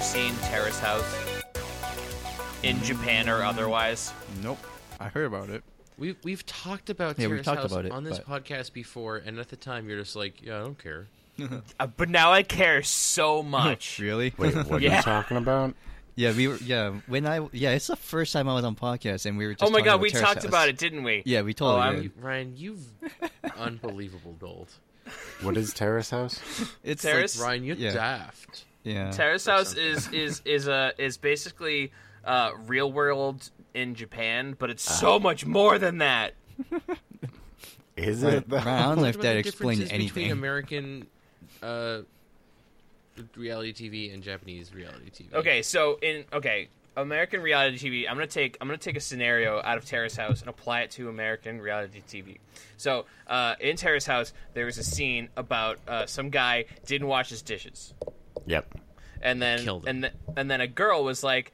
seen Terrace House in Mm. Japan or otherwise? Nope. I heard about it. We've we've talked about Yeah, Terrace we've talked House about it, on this but- podcast before, and at the time you're just like, yeah, I don't care. Uh, but now I care so much. Really? Wait, what are Yeah. you talking about? Yeah, we were. Yeah, when I yeah, it's the first time I was on podcast, and we were. just oh my talking god, about we Terrace talked House. about it, didn't we? Yeah, we totally Oh, I'm- did. You, Ryan, you've unbelievable gold. What is Terrace House? It's Terrace- Ryan, you're Yeah. daft. Like, yeah. Terrace House is is is a is basically uh, real world in Japan, but Ah. it's so much more than that. Is Right, it? though? right, I don't know if What about that the explained differences between anything. American uh, reality TV and Japanese reality TV. Okay, so in okay, American reality TV, I'm gonna take I'm gonna take a scenario out of Terrace House and apply it to American reality TV. So uh, in Terrace House, there was a scene about uh, some guy didn't wash his dishes, Yep. and then Killed him. and th- and then a girl was like,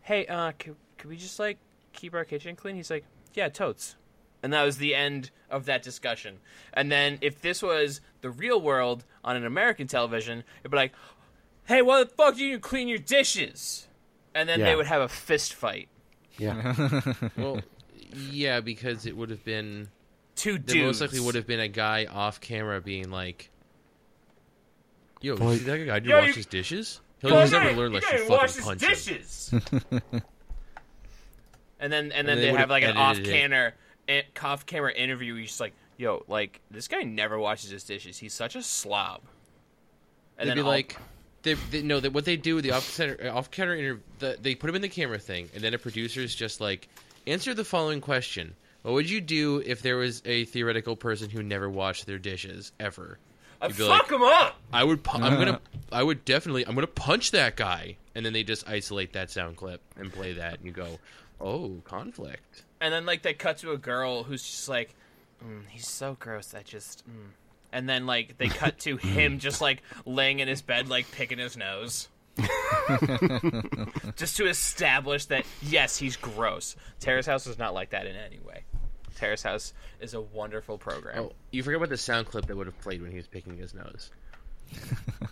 "Hey, uh, could, could we just like keep our kitchen clean?" He's like, "Yeah, totes." And that was the end of that discussion. And then if this was the real world on an American television, it'd be like, "Hey, why the fuck do you clean your dishes?" And then they Yeah. would have a fist fight. Yeah. Well, yeah, because it would have been Two there dudes. most likely would have been a guy off camera being like, "Yo, you see that guy didn't Yo, wash you- his dishes. He'll he's never learn unless you fucking punch him." dishes. and then and then they they, would've have like an off edited it. camera off camera interview. Where you're just like, yo, like this guy never washes his dishes. He's such a slob. And They'd be I'll- like, they, they, no, that what they do the off center uh, off camera interview, the, they put him in the camera thing, and then a producer is just like, answer the following question: What would you do if there was a theoretical person who never washed their dishes ever? I You'd be fuck like, him up. I would, pu- I'm Uh. gonna, I would definitely, I'm gonna punch that guy, and then they just isolate that sound clip and play that, and you go, oh, conflict. And then like they cut to a girl who's just like, mm, he's so gross. I just. Mm. And then like they cut to him just like laying in his bed, like picking his nose. just to establish that yes, he's gross. Terrace House is not like that in any way. Terrace House is a wonderful program. Oh, you forget about the sound clip that would have played when he was picking his nose.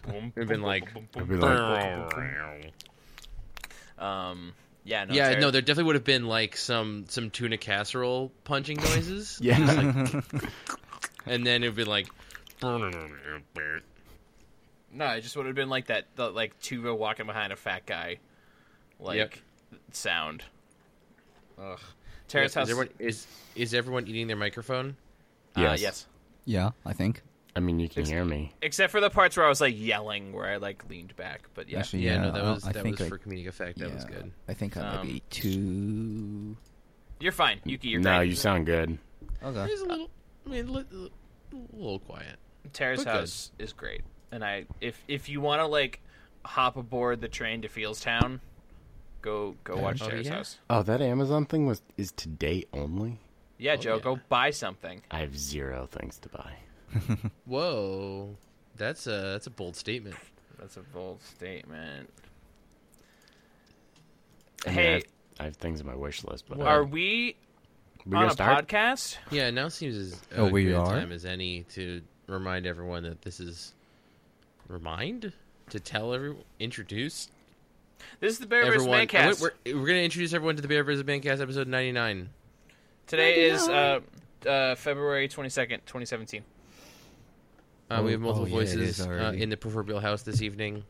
Boom. It'd been like, I'd be like, Um, yeah, no, yeah, Ter- no, there definitely would have been like some some tuna casserole punching noises, yeah. and then it'd be like, no, it just would have been like that, the, like Tuva walking behind a fat guy, like Yep. sound. Ugh. Terrace is, House. everyone, is is everyone eating their microphone? Uh, Ah, Yes. yes. Yeah, I think. I mean, you can hear me. Except for the parts where I was like yelling, where I like leaned back. But yeah, Actually, Yeah, yeah, no, that I- was I that think was I- for comedic effect. That was yeah, good. I think I might Um, be two. you're fine, Yuki. You're No, great. you sound good. Okay. It was a little, I mean, li- li- a little quiet. Terrace We're good. House is great, and I if if you want to like hop aboard the train to Fieldstown, go go watch Oh, Terrace yeah? House. Oh, that Amazon thing was is today only. Yeah, Joe, go buy something. I have zero things to buy. Whoa, that's a that's a bold statement. That's a bold statement. I mean, I, hey, have, I have things on my wish list, but are uh, we we on gonna a start? podcast? Yeah, now seems as Oh, a we good are? time as any to remind everyone that this is remind to tell everyone introduce This is the Bear vs. everyone. uh, Mancast. We're, we're going to introduce everyone to the Bear vs. Mancast episode 99. Today is uh, uh, February twenty second, twenty seventeen. Uh, we Oh, have multiple oh, yeah, it voices is uh, already. in the proverbial house this evening.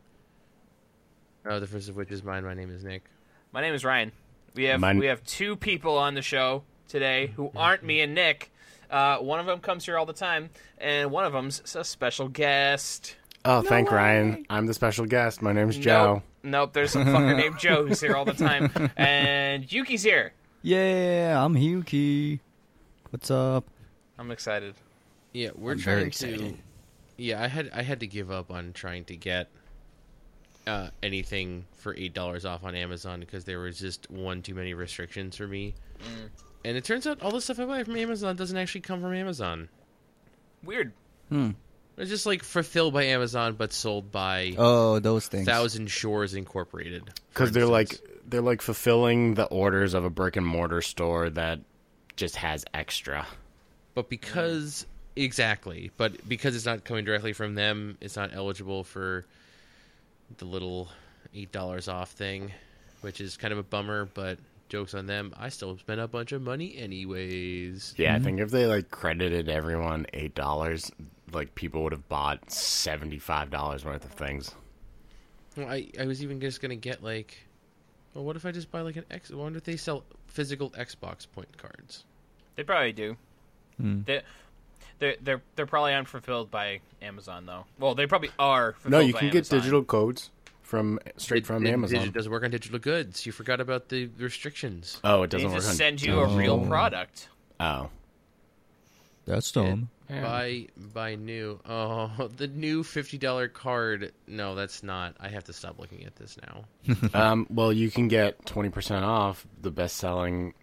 Uh, the first of which is mine. My name is Nick. My name is Ryan. We have Mine- Mm-hmm. we have two people on the show today who aren't me and Nick. Uh, one of them comes here all the time, and one of them's a special guest. Oh, thank Ryan. I'm the special guest. My name's Joe. Nope, nope there's some fucker named Joe who's here all the time, and Yuki's here. Yeah, I'm Huki. What's up? I'm excited. Yeah, we're I'm trying very to. excited. Yeah, I had I had to give up on trying to get uh, anything for eight dollars off on Amazon because there was just one too many restrictions for me. Mm. And it turns out all the stuff I buy from Amazon doesn't actually come from Amazon. Weird. It's just like fulfilled by Amazon but sold by Oh, those things. Thousand Shores Incorporated. for Because they're like instance. they're like fulfilling the orders of a brick and mortar store that just has extra. but because exactly, but because it's not coming directly from them, it's not eligible for the little eight dollars off thing, which is kind of a bummer. But jokes on them. I still spent a bunch of money anyways. Yeah, I think if they like credited everyone eight dollars, like people would have bought seventy five dollars worth of things. Well, I I was even just gonna get like, well, what if I just buy like an X? I wonder if they sell physical Xbox point cards. They probably do. Hmm. They, they're they're they're probably unfulfilled by Amazon though. Well, they probably are. No, fulfilled you by can get Amazon. digital codes from straight from It- it- Amazon. It doesn't work on digital goods. You forgot about the restrictions. oh, it They doesn't work. just on send you a real product. Oh, That's dumb. Buy buy new. Oh, the new fifty dollar card. No, that's not. I have to stop looking at this now. um, well, you can get twenty percent off the best selling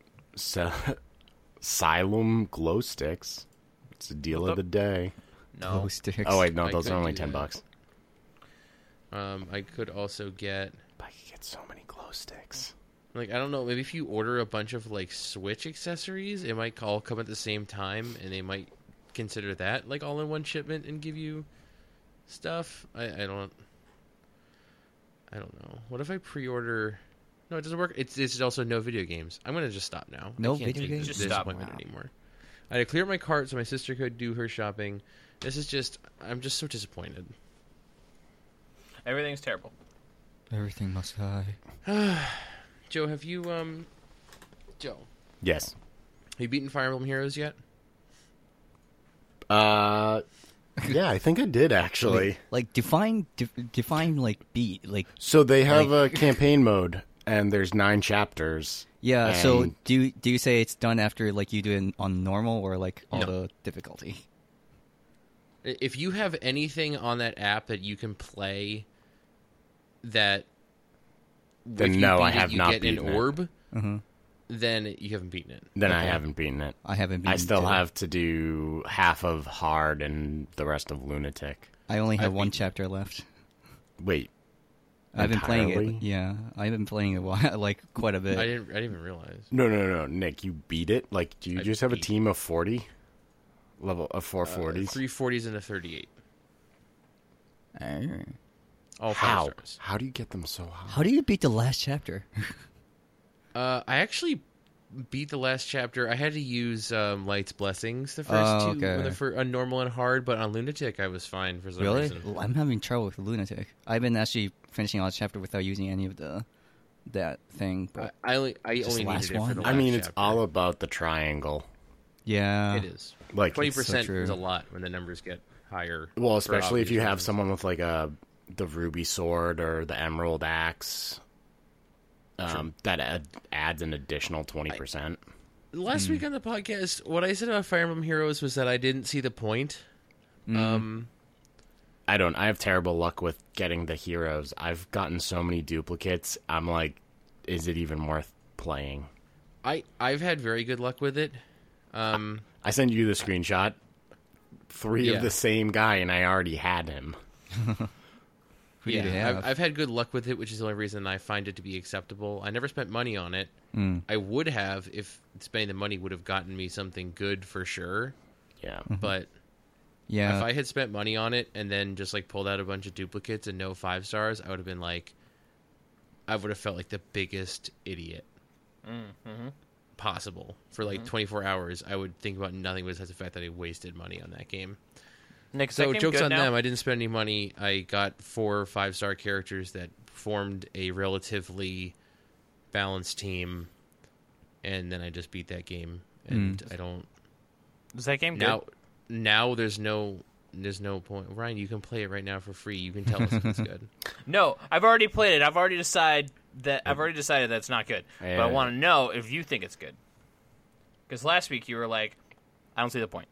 Silum glow sticks. It's a deal of the day. No, Oh, sticks. Oh wait, no, I those are could only do ten that. bucks. Um, I could also get But you get so many glow sticks. like I don't know. Maybe if you order a bunch of like Switch accessories, it might all come at the same time, and they might consider that like all in one shipment and give you stuff. I, I don't. I don't know. What if I pre-order? No, it doesn't work. It's it's also no video games. I'm gonna just stop now. I No can't video take games? This Just stop. disappointment Wow. anymore. I had to clear my cart so my sister could do her shopping. This is just. I'm just so disappointed. everything's terrible. Everything must die. Joe, have you um? Joe, Yes. have you beaten Fire Emblem Heroes yet? Uh, yeah, I think I did actually. Like define, de- define like beat, like So they have a campaign mode, and there's nine chapters. yeah. so and- do you, do you say it's done after like you do it on normal or like all No. the difficulty? If you have anything on that app that you can play, that Then if you no, beat I it, have you not get beaten an it. orb. Mm-hmm. Then you haven't beaten it. Then I haven't beaten it. I haven't. Been I still to- have to do half of hard and the rest of lunatic. I only have one chapter left. Wait, I've been playing it. Entirely? Yeah, I've been playing it a while, like quite a bit. I didn't. I didn't even realize. no, no, no, no, Nick, you beat it. Like, do you I just have a beat- Uh, team of forty? Level of four Three forties. forties and a thirty-eight. Arr. All five How? stars. How do you get them so high? How do you beat the last chapter? Uh, I actually beat the last chapter. I had to use um, Light's blessings the first Oh, two, okay. on, the fir- on normal and hard, but on lunatic I was fine for some really? reason. Well, I'm having trouble with lunatic. I've been actually finishing all the chapter without using any of the that thing. But I, I only I Just only the last needed it for one? the I last mean, it's chapter. all about the triangle. yeah, It is Like, twenty it's- percent true. is a lot when the numbers get higher. Well, for especially if obvious you have reasons. someone with like a the ruby sword or the emerald axe. Um, that ad- adds an additional twenty percent. Hmm. Last week on the podcast, what I said about Fire Emblem Heroes was that I didn't see the point. Mm-hmm. Um, I don't. I have terrible luck with getting the heroes. I've gotten so many duplicates. I'm like, is it even worth playing? I I've had very good luck with it. Um, I send you the screenshot. Three Yeah. of the same guy, and I already had him. Who do yeah, you I've, have? I've had good luck with it, which is the only reason I find it to be acceptable. I never spent money on it. Hmm. I would have if spending the money would have gotten me something good for sure, Yeah. but. yeah. Uh, if I had spent money on it and then just like pulled out a bunch of duplicates and no five stars, I would have been like, I would have felt like the biggest idiot Mm-hmm. possible for like 24 hours. I would think about nothing besides the fact that I wasted money on that game. Nick, is that so game jokes good on now? them. I didn't spend any money. I got four five star characters that formed a relatively balanced team, and then I just beat that game. And Mm. I don't Is that game good? now now there's no there's no point ryan you can play it right now for free you can tell us if it's good No, I've already played it. I've already decided that I've already decided that's not good. But Yeah. I want to know if you think it's good. Because last week you were like, "I don't see the point."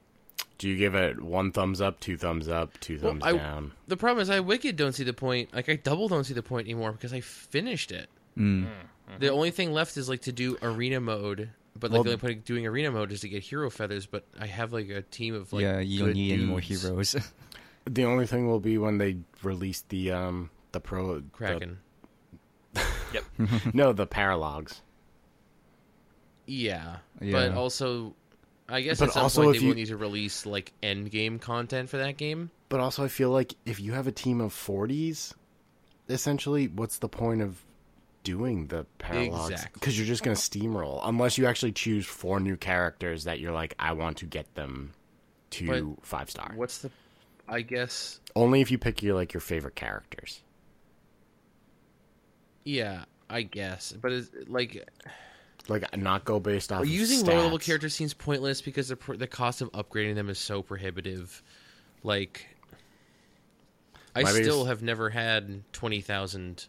Do you give it one thumbs up, two thumbs up, two thumbs I- down? the problem is i wicked don't see the point like i double don't see the point anymore because i finished it the only thing left is like to do arena mode but like Well- the only point of doing arena mode is to get hero feathers but i have like a team of like yeah, you don't good need any more dudes. heroes. The only thing will be when they release the um the pro the- kraken no, the paralogs. yeah. but Yeah. also i guess But at some also point if they you- will need to release like end game content for that game But also, I feel like if you have a team of forties, essentially what's the point of doing the paralogs? Exactly. Because you're just going to steamroll unless you actually choose four new characters that you're like, I want to get them to But five star. What's the? I guess Only if you pick your like your favorite characters. yeah. I guess, but it's, like Like not go based off of using low level stats. characters seems pointless because the pr- the cost of upgrading them is so prohibitive. Like, I My biggest- still have never had twenty thousand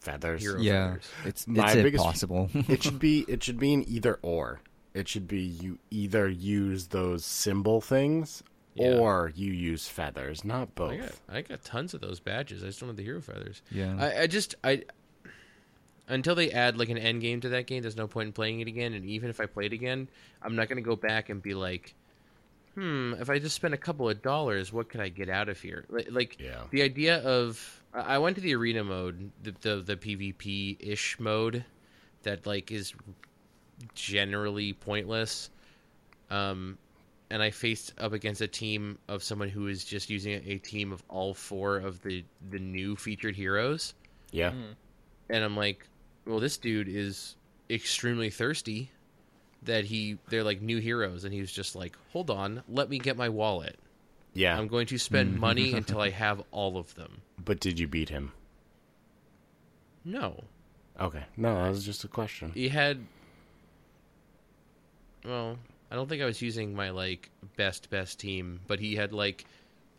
feathers. hero Yeah, fighters. it's My it's biggest- impossible. it should be it should be an either or. It should be you either use those symbol things Yeah. or you use feathers, not both. I got, I got tons of those badges. I just don't have the hero feathers. Yeah. I, I just I until they add like an end game to that game, there's no point in playing it again. And even if I played again, I'm not gonna go back and be like, hmm, if I just spent a couple of dollars, what could I get out of here? Li- Like Yeah. the idea of I I went to the arena mode, the the, the PvP ish mode that like is generally pointless. Um, and I faced up against a team of someone who is just using a team of all four of the the new featured heroes, Yeah. and I'm like, well, this dude is extremely thirsty. That he they're like new heroes, and he was just like, hold on, let me get my wallet. Yeah. I'm going to spend money until I have all of them. But did you beat him? No, Okay. No, that was just a question. he had. Well, I don't think I was using my like best best team, but he had like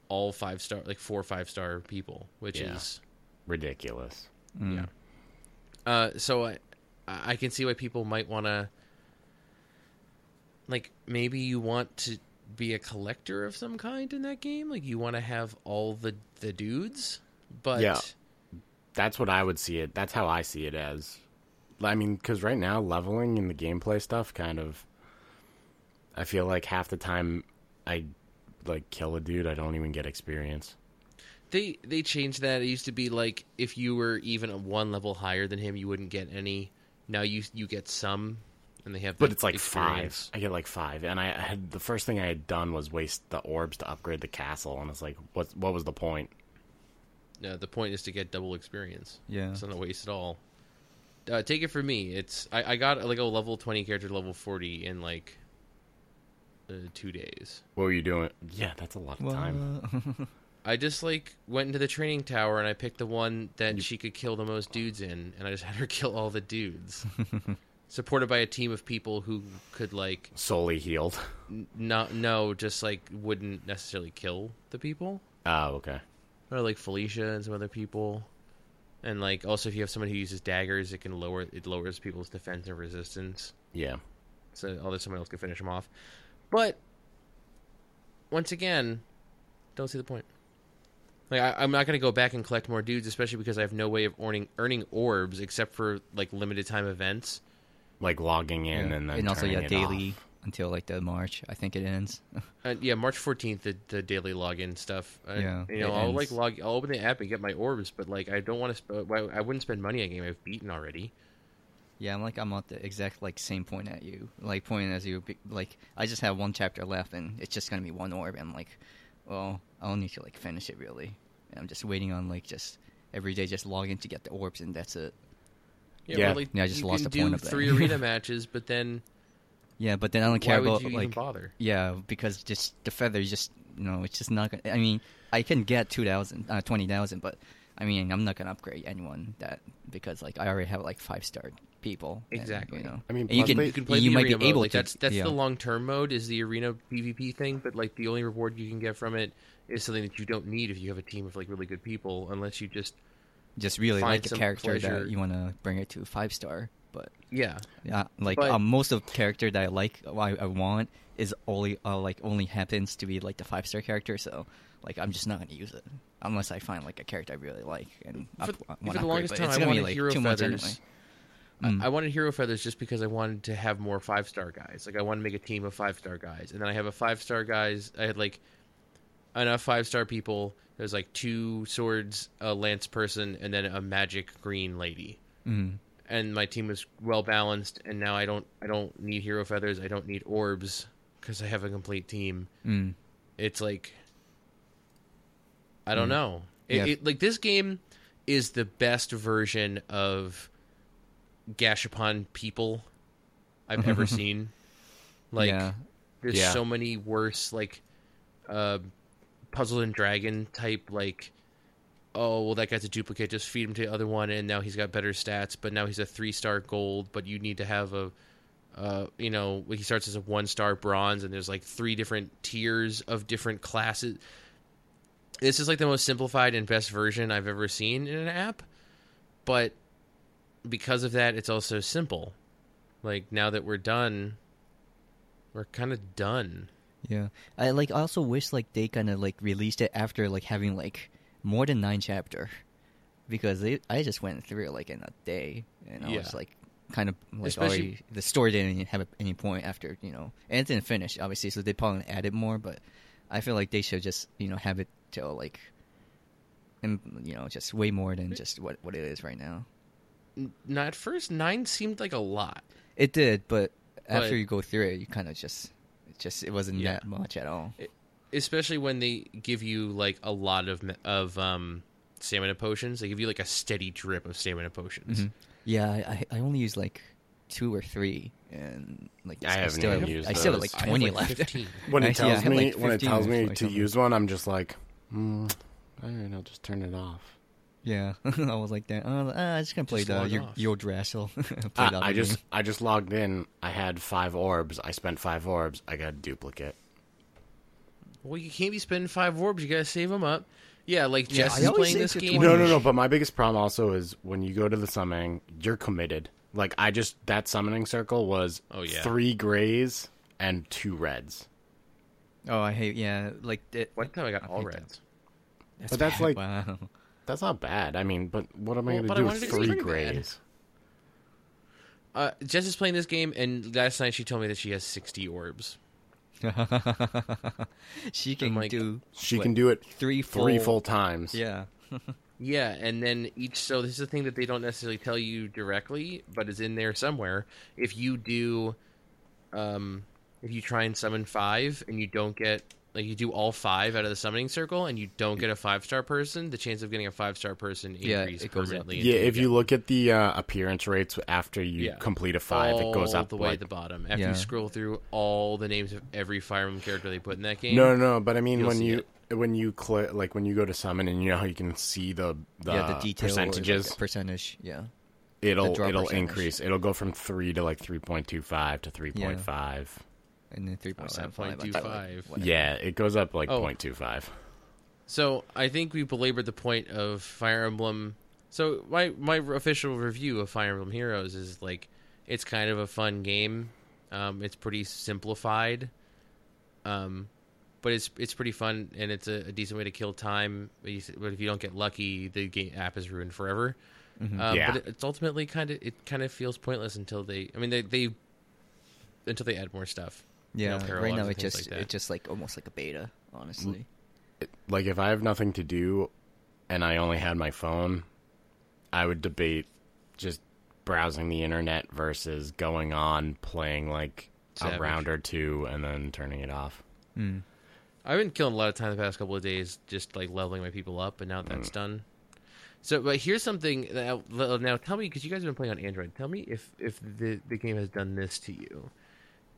all five star, like four five star people, which Yeah. is Ridiculous. Yeah. Uh, so I, I can see why people might want to. Like maybe you want to be a collector of some kind in that game. Like you want to have all the the dudes, but Yeah. That's what I would see it. That's how I see it as. I mean, because right now, leveling and the gameplay stuff kind of. I feel like half the time I like kill a dude, I don't even get experience. they they changed that. It used to be like if you were even a one level higher than him, you wouldn't get any. Now you you get some, and they have. But the it's like experience. five. I get like five, and I had the first thing I had done was waste the orbs to upgrade the castle, and it's like, what? What was the point? No, the point is to get double experience. Yeah. it's not a waste at all. Uh, take it from me. It's I, I got like a level twenty character, to level forty in like uh, two days. What were you doing? Yeah, that's a lot of time. I just like went into the training tower and I picked the one that she could kill the most dudes in, and I just had her kill all the dudes. Supported by a team of people who could like Solely healed. n- not no, just like wouldn't necessarily kill the people. Oh, okay. or like Felicia and some other people. And like also if you have someone who uses daggers, it can lower it lowers people's defense and resistance, Yeah. so although someone else can finish them off. But once again, don't see the point. Like I, I'm not gonna go back and collect more dudes, especially because I have no way of earning earning orbs except for like limited time events. Like logging in Yeah. and then also turning yeah, it daily off. until like the March. I think it ends. Uh, yeah, March 14th, the, the daily login stuff. I, Yeah, you know, it I'll ends. like log. I'll open the app and get my orbs, but like I don't want to. Sp- why- I wouldn't spend money on a game I've beaten already. Yeah, I'm like I'm at the exact like same point at you, like point as you. be- Like I just have one chapter left, and it's just gonna be one orb. And I'm like, well, I'll need to like finish it really. And I'm just waiting on like just every day, just log in to get the orbs, and that's it. Yeah. well, like, Yeah, I just you lost can the point do of that. three arena matches, but then Yeah, but then I don't care why would about you even like bother? yeah, because just the feather, is just you know, it's just not. gonna... I mean, I can get two thousand, uh, twenty thousand, but I mean, I'm not gonna upgrade anyone that because like I already have like five star people. and, Exactly. you know, I mean, And you plus can they- You can play you the might arena be mode. able like, to. That's that's yeah. the long term mode is the arena PvP thing, but like the only reward you can get from it is something that you don't need if you have a team of like really good people, unless you just just really find like a some character pleasure. that you want to bring it to five star. But yeah. yeah, like But- um, most of the character that I like, I, I want is only uh, like only happens to be like the five star character. So like I'm just not going to use it unless I find like a character I really like and For, up, for want the upgrade, longest but time, it's I gonna be wanted like hero too much feathers. anyway. Hmm. I- I wanted hero feathers just because I wanted to have more five star guys. Like I want to make a team of five star guys, and then I have a five star guys. I had like enough five star people. There was like two swords, a lance person, and then a magic green lady. Mm-hmm. Mm. And my team was well balanced. And now I don't I don't need hero feathers. I don't need orbs because I have a complete team. It's like I don't know. It, Yeah. it, like this game is the best version of Gashapon people I've ever seen. Like yeah. there's Yeah. so many worse like uh puzzle and dragon type like oh well that guy's a duplicate just feed him to the other one and now he's got better stats but now he's a three star gold but you need to have a uh, you know he starts as a one star bronze and there's like three different tiers of different classes this is like the most simplified and best version i've ever seen in an app but because of that it's also simple like now that we're done we're kind of done Yeah, I like. I also wish like they kind of like released it after like having like more than nine chapter, because they, I just went through it like in a day, and I Yeah. was like kind of like Especially- already the story didn't have any point after you know, and it didn't finish obviously, so they probably added more, but I feel like they should just you know have it till like, and you know just way more than just what what it is right now. No, at first nine seemed like a lot. It did, but after But- you go through it, you kind of just it just it wasn't Yeah. that much at all. e, especially when they give you like a lot of of um stamina potions. They give you like a steady drip of stamina potions. Mm-hmm. Yeah, I, I I only use like two or three, and like I haven't still even have, used I still have those. like I have, twenty like, left. 15. When it Actually, yeah, I tells had, me like, when it 15 tells or me like to something. use one, I'm just like, mm, all right, I'll just turn it off. yeah, I was like that. Oh, ah, I'm just gonna play Just the log your off. your Drassel. I, I just I just logged in. I had five orbs. I spent five orbs. I got a duplicate. Well, you can't be spending five orbs. You gotta save them up. Yeah, like Yeah, Jess I is always playing save this to game. 20. No, no, no. But my biggest problem also is when you go to the summoning, you're committed. Like I just that summoning circle was Oh, yeah. three grays and two reds. oh, I hate yeah, like it, What? No, I got I all think that- reds. but that's like wow. that's not bad. I mean, but what am Well, I going but to I do wanted with to- it's three pretty bad. grays? Uh, Jess is playing this game, and last night she told me that she has sixty orbs. she can like, do She what, can do it three full, three full times. Yeah, Yeah, and then each so this is the thing that they don't necessarily tell you directly, but is in there somewhere. If you do um if you try and summon 5 and you don't get like you do all 5 out of the summoning circle and you don't get a 5-star person, the chance of getting a 5-star person Yeah, increases it goes up. permanently. Yeah, until if you look at the uh, appearance rates after you Yeah. complete a five, it goes all up the way like- to the bottom. After Yeah. you scroll through all the names of every Fire Emblem character they put in that game. No, no, no, but I mean You'll when see you when you click like when you go to summon and you know how you can see the the, yeah, the detail or, like, percentages, the percentage. Yeah, it'll the draw it'll percentage. increase. It'll go from three to like three point two five to three point five. and then three point seven five. 0.25. Yeah, it goes up like Oh. point two five. So I think we belabored the point of Fire Emblem. So my my official review of Fire Emblem Heroes is like it's kind of a fun game. Um, it's pretty simplified, um, but it's it's pretty fun and it's a, a decent way to kill time. But, you, but if you don't get lucky, the game app is ruined forever. Uh, Yeah. But it, it's ultimately kind of it kind of feels pointless until they. I mean they they until they add more stuff. you know, Yeah, right parallels now and it things just like that. it just like almost like a beta, honestly. Like if I have nothing to do, and I only had my phone, I would debate just browsing the internet versus going on playing like Savage. a round or two and then turning it off. I've been killing a lot of time the past couple of days, just like leveling my people up, and now Mm. that's done. So, but here's something that well, now tell me because you guys have been playing on Android. Tell me if if the the game has done this to you.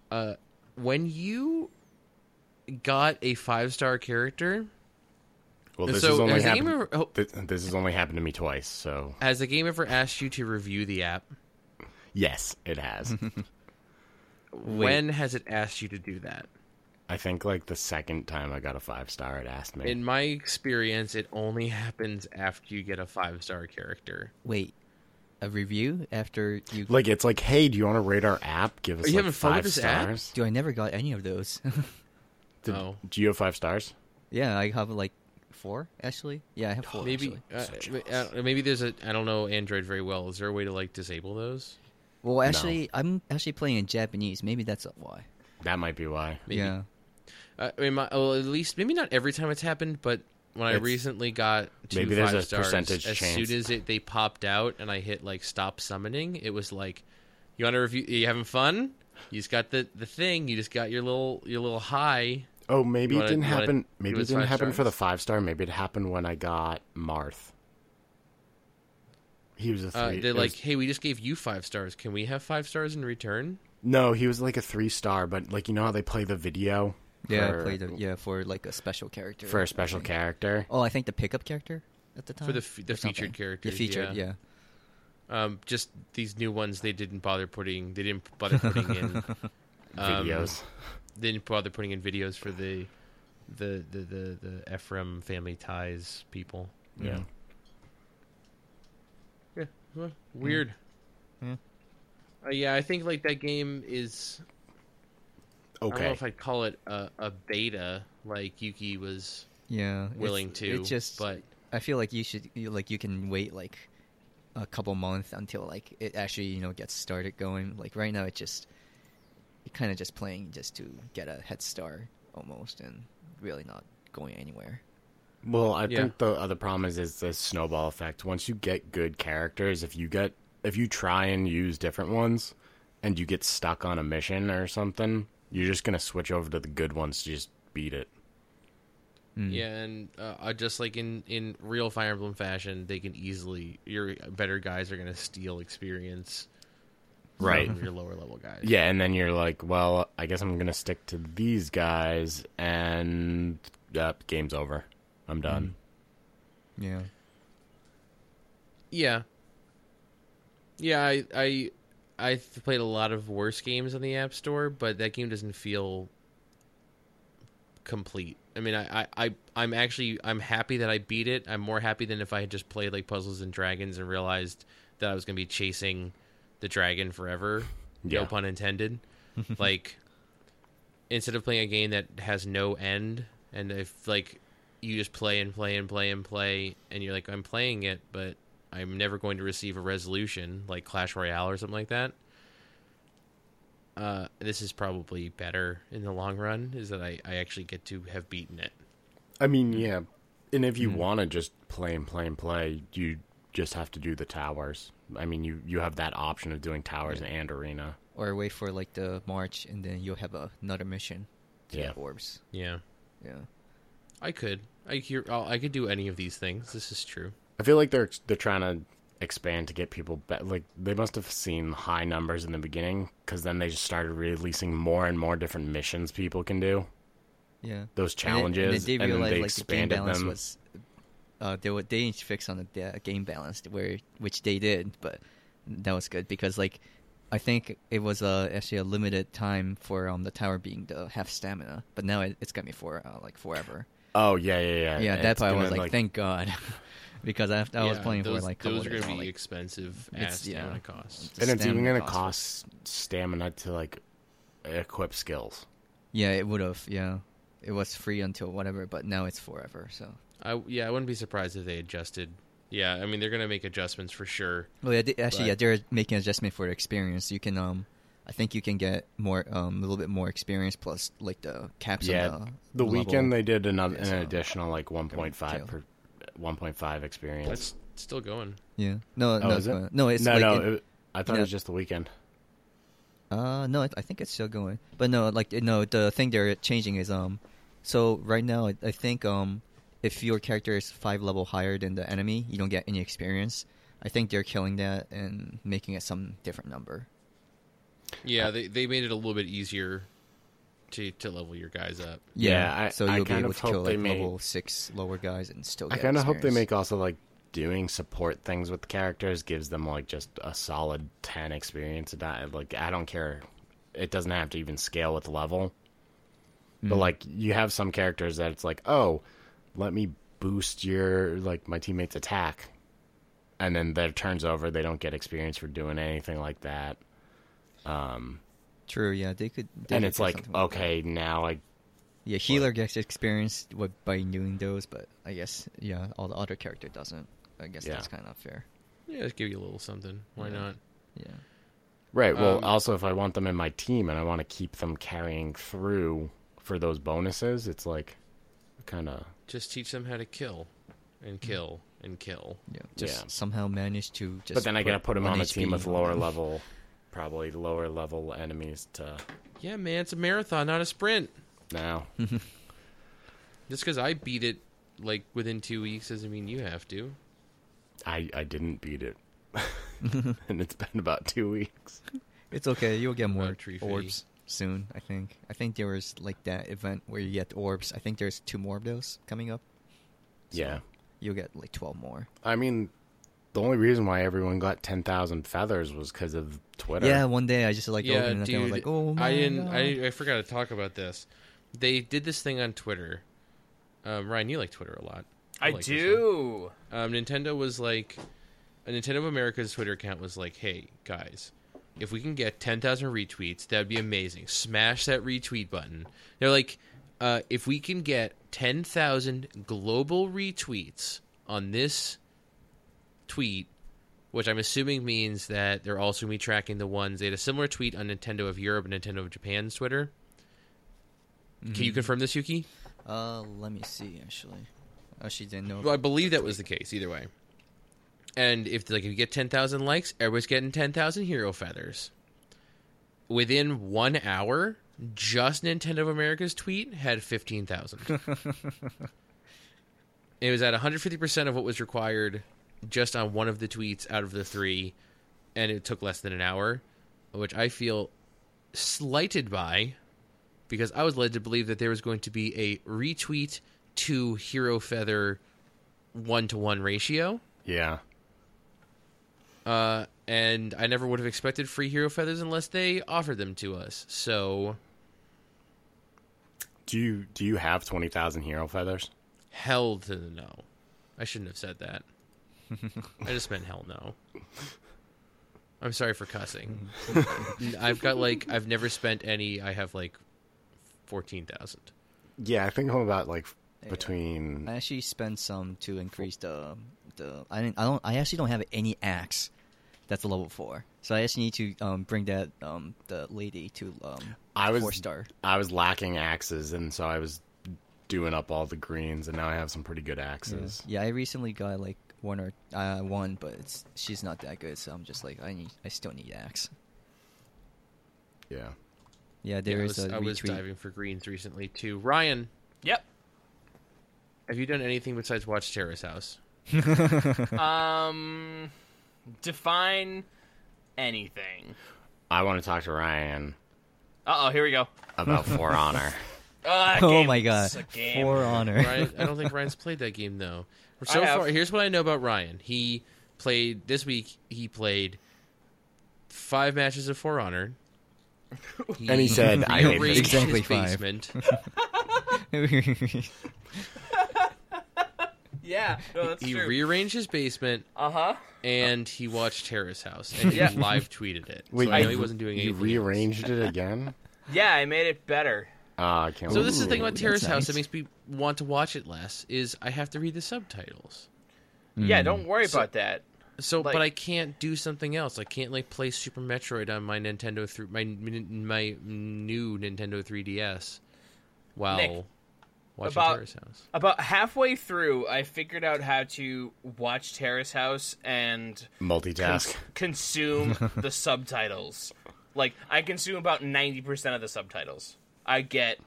Uh, when you got a five star character, Well, this So, has only has the happened. gamer- oh. thi- this has only happened to me twice. So has the game ever asked you to review the app? yes, it has. When has it asked you to do that? I think like the second time I got a five star, it asked me. In my experience, it only happens after you get a five star character. Wait, a review after you? like it's like, hey, do you want to rate our app? Give us Are Oh, you like, having fun five with this app? stars. Do I never got any of those? Did- Oh. Do you have five stars? yeah, I have like four actually. Yeah, I have four. Maybe actually. uh, uh, maybe there's a I don't know Android very well. Is there a way to like disable those? Well, actually, I'm actually playing in Japanese. Maybe that's why. That might be why. Maybe. Yeah. Uh, I mean, my, well, at least maybe not every time it's happened, but when I It's- recently got two Maybe five there's a stars, percentage as chance. soon as it, they popped out and I hit like stop summoning, it was like, "You want to review? You having fun? You just got the the thing. You just got your little your little high." Oh, maybe You it wanna- didn't you wanna happen. give Maybe it us didn't five happen for the stars? five star. Maybe it happened when I got Marth. He was a three. Uh, they're it like, was- hey, we just gave you five stars. Can we have five stars in return? no, he was like a three star, but like you know how they play the video. Yeah, for, I played a, yeah for like a special character. for I a special think. character. Oh, I think the pickup character at the time the f- the or something. featured characters, The featured, yeah. yeah. Um, just these new ones they didn't bother putting. They didn't bother putting in um, videos. They didn't bother putting in videos for the the the the, the Ephraim family ties people. Yeah. Yeah, weird. Yeah. Hmm. Uh, yeah, I think like that game is. I don't know Okay. if I'd call it a, a beta. Like Yuki was Yeah, it's- willing to, It just, but I feel like you should, you, like, you can wait like a couple months until like it actually, you know, gets started going. Like right now, it just, you kind of just playing just to get a head start almost, and really not going anywhere. Well, I Yeah. think the other problem is is the snowball effect. Once you get good characters, if you get if you try and use different ones, and you get stuck on a mission or something, you're just gonna switch over to the good ones to just beat it. Hmm. Yeah, and uh, uh, just like in in real Fire Emblem fashion, they can easily your better guys are gonna steal experience Right. from your lower level guys. Yeah, and then you're like, well, I guess I'm gonna stick to these guys, and uh, game's over. I'm done. Yeah. yeah, yeah. I I I've played a lot of worse games on the App Store, but that game doesn't feel complete. I mean, I, I, I I'm actually I'm happy that I beat it. I'm more happy than if I had just played like Puzzles and Dragons and realized that I was gonna be chasing the dragon forever. Yeah. No pun intended. like instead of playing a game that has no end and if like you just play and play and play and play and you're like I'm playing it but I'm never going to receive a resolution like Clash Royale or something like that. Uh, this is probably better in the long run is that I, I actually get to have beaten it. I mean, yeah. And if you want to just play and play and play, you just have to do the towers. I mean, you you have that option of doing towers and arena. Or wait for like the March, and then you'll have a- another mission. to Yeah. get Orbs. Yeah. Yeah. I could. I hear. I'll, I could do any of these things. This is true. I feel like they're they're trying to expand to get people back. Like they must have seen high numbers in the beginning because then they just started releasing more and more different missions people can do. Yeah. Those And then- challenges, and then, And, then they realized they like the game expanded balance them. was. Uh, they were, they didn't fix on the da- game balance where which they did, but that was good because like I think it was uh, actually a limited time for um the tower being the half stamina, but now it, it's gonna be for uh, like forever. Oh yeah, yeah, yeah. yeah, It's that's why I gonna, was like, thank God, because I, I was Yeah, playing those- for like a couple those are days, going to I'm be like, expensive It's- ass yeah. down cost. the and it's even stamina gonna cost stamina to like equip skills. Yeah, it would have. Yeah, it was free until whatever, but now it's forever. So I yeah. I wouldn't be surprised if they adjusted. Yeah. I mean, they're going to make adjustments for sure. Well, yeah, they, actually, But- yeah, they're making adjustment for the experience. You can, um, I think you can get more, um, a little bit more experience plus like the caps. yeah, on the, the, uh, level. weekend they did another Yeah, an so- additional like 1.5 Tail. per 1.5 experience. That's still going. Yeah, no, oh, no, is it's it? not. no, it's no, like no. in- it- I thought it yeah. was just the weekend. Uh, no, I, I think it's still going. But no, like it- no, the thing they're changing is um, so right now I, I think um, if your character is five level higher than the enemy, you don't get any experience. I think they're killing that and making it some different number. Yeah. They they made it a little bit easier to to level your guys up. Yeah, I- so I you'll be kind able of to kill hope they like make- level six lower guys and still. I Get kind of hope they experience. make also like doing support things with the characters gives them like just a solid 10 experience. And I, like I don't care. It doesn't have to even scale with level. Mm. But like you have some characters that it's like, "Oh, let me boost your like my teammate's attack." And then their turns over, they don't get experience for doing anything like that. True, yeah, they could. They and could it's do like, something that. okay, now I yeah, healer gets experience with, by doing those, but I guess yeah, all the other character doesn't. I guess Yeah. that's kind of fair. Yeah. Just give you a little something. Why not? Yeah, Right. Well, Um, also, if I want them in my team and I want to keep them carrying through for those bonuses, it's like kind of Just teach them how to kill, and kill and kill. yeah, just Yeah. somehow manage to. just But then I gotta put them one on a HP team with on lower them. level, probably lower level enemies to Yeah, man. It's a marathon, not a sprint. now. Just because I beat it like within two weeks doesn't mean you have to. I I didn't beat it. and it's been about two weeks. It's okay. You'll Uh, get more tree fee. orbs soon. I think. I think there was like that event where you get orbs. I think there's two more of those coming up. Yeah. You'll get like twelve more. I mean, the only reason why everyone got 10,000 feathers was because of Twitter. Yeah. One day I just like yeah, opened it up dude. and I was like, oh my I didn't. God. I, I forgot to talk about this. They did this thing on Twitter. Um, Ryan, you like Twitter a lot. I like this one. do. Um, Nintendo was like, uh, Nintendo of America's Twitter account was like, "Hey guys, if we can get ten thousand retweets, that'd be amazing. Smash that retweet button." They're like, uh, "If we can get ten thousand global retweets on this tweet." Which I'm assuming means that they're also going to be tracking the ones. They had a similar tweet on Nintendo of Europe and Nintendo of Japan's Twitter. Can you confirm this, Yuki? Uh, let me see. Actually, oh, she didn't know. Well, I believe that was the case either way. And if like if you get ten thousand likes, everybody's getting ten thousand hero feathers. Within one hour, just Nintendo of America's tweet had fifteen thousand. it was at one hundred fifty percent of what was required, just on one of the tweets out of the three, and it took less than an hour, which I feel slighted by because I was led to believe that there was going to be a retweet to hero feather one to one ratio. Yeah. Uh, and I never would have expected free hero feathers unless they offered them to us. So Do you do you have 20,000 hero feathers? hell to the no. I shouldn't have said that. I just meant hell no. I'm sorry for cussing. I've got like I've never spent any. I have like fourteen thousand. Yeah, I think I'm about like between I actually spent some to increase the the. I didn't. I don't. I actually don't have any axe. That's a level four. So I actually need to um, bring that um, the lady to um, I was four star. I was lacking axes and so I was doing up all the greens and now I have some pretty good axes. Yeah, I recently got like one or uh, one, but it's she's not that good. So I'm just like I need. I still need axe. Yeah. Yeah, there I is was, a I was retweet. diving for greens recently too. Ryan, Yep. have you done anything besides watch Terrace House? Um, define anything. I want to talk to Ryan Uh oh, here we go. about For Honor. Uh, oh game. my It's god, a game. for honor. Ryan, I don't think Ryan's played that game though. So I have. far, here's what I know about Ryan. He played this week. He played five matches of For Honor. And he said, I hate reached this. Exact- Exactly his five. basement. Yeah, no, that's he true. rearranged his basement uh huh. and he watched Terrace House and he Yeah. live tweeted it. Wait, so I know you- he wasn't doing You anything. rearranged it again? Yeah, I made it better. Oh, I can't else. So this is the thing Ooh. about that's Terrace House nice. that makes me want to watch it less is I have to read the subtitles. Yeah, don't worry Hmm. So- about that. So, Like- but I can't do something else. I can't like play Super Metroid on my Nintendo through my my new Nintendo 3DS while Nick, watching about- Terrace House. About halfway through, I figured out how to watch Terrace House and multitask. consume the subtitles. Like I consume about ninety percent of the subtitles. I get,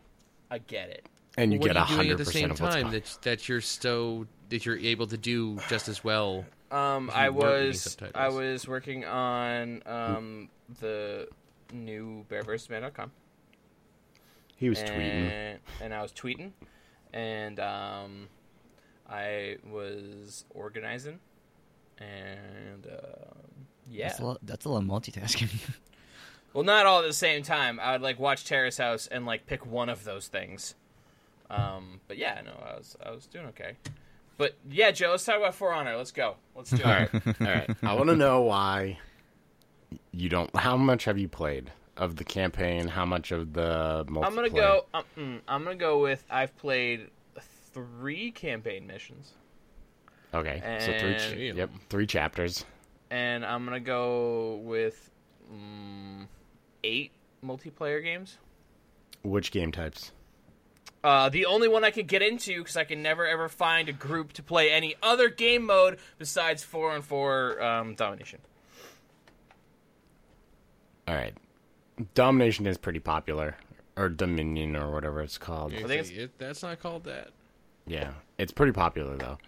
I get it. And you what get are you doing hundred at the percent same of what's time going- that that you're so that you're able to do just as well? Um, If you I weren't reading was I subtitles. was working on um the new bearversusman.com. He was Eh. tweeting. and, and I was tweeting, and um, I was organizing, and um, yeah. That's a lot, that's a lot of multitasking. Well, not all at the same time. I would like watch Terrace House and like pick one of those things. Um, but yeah, no, I was I was doing okay. But yeah, Joe, let's talk about For Honor. Let's go. Let's do it. All right, all right. I want to know why you don't. How much have you played of the campaign? How much of the multiplayer? I'm gonna go. Um, mm, I'm gonna go with I've played three campaign missions, Okay, so three. And- Ch- yep, three chapters. and I'm gonna go with mm, eight multiplayer games. Which game types? Uh, the only one I could get into because I can never ever find a group to play any other game mode besides four on four um, domination. All right, domination is pretty popular, or dominion, or whatever it's called. think it's- It- that's not called that. Yeah, it's pretty popular though.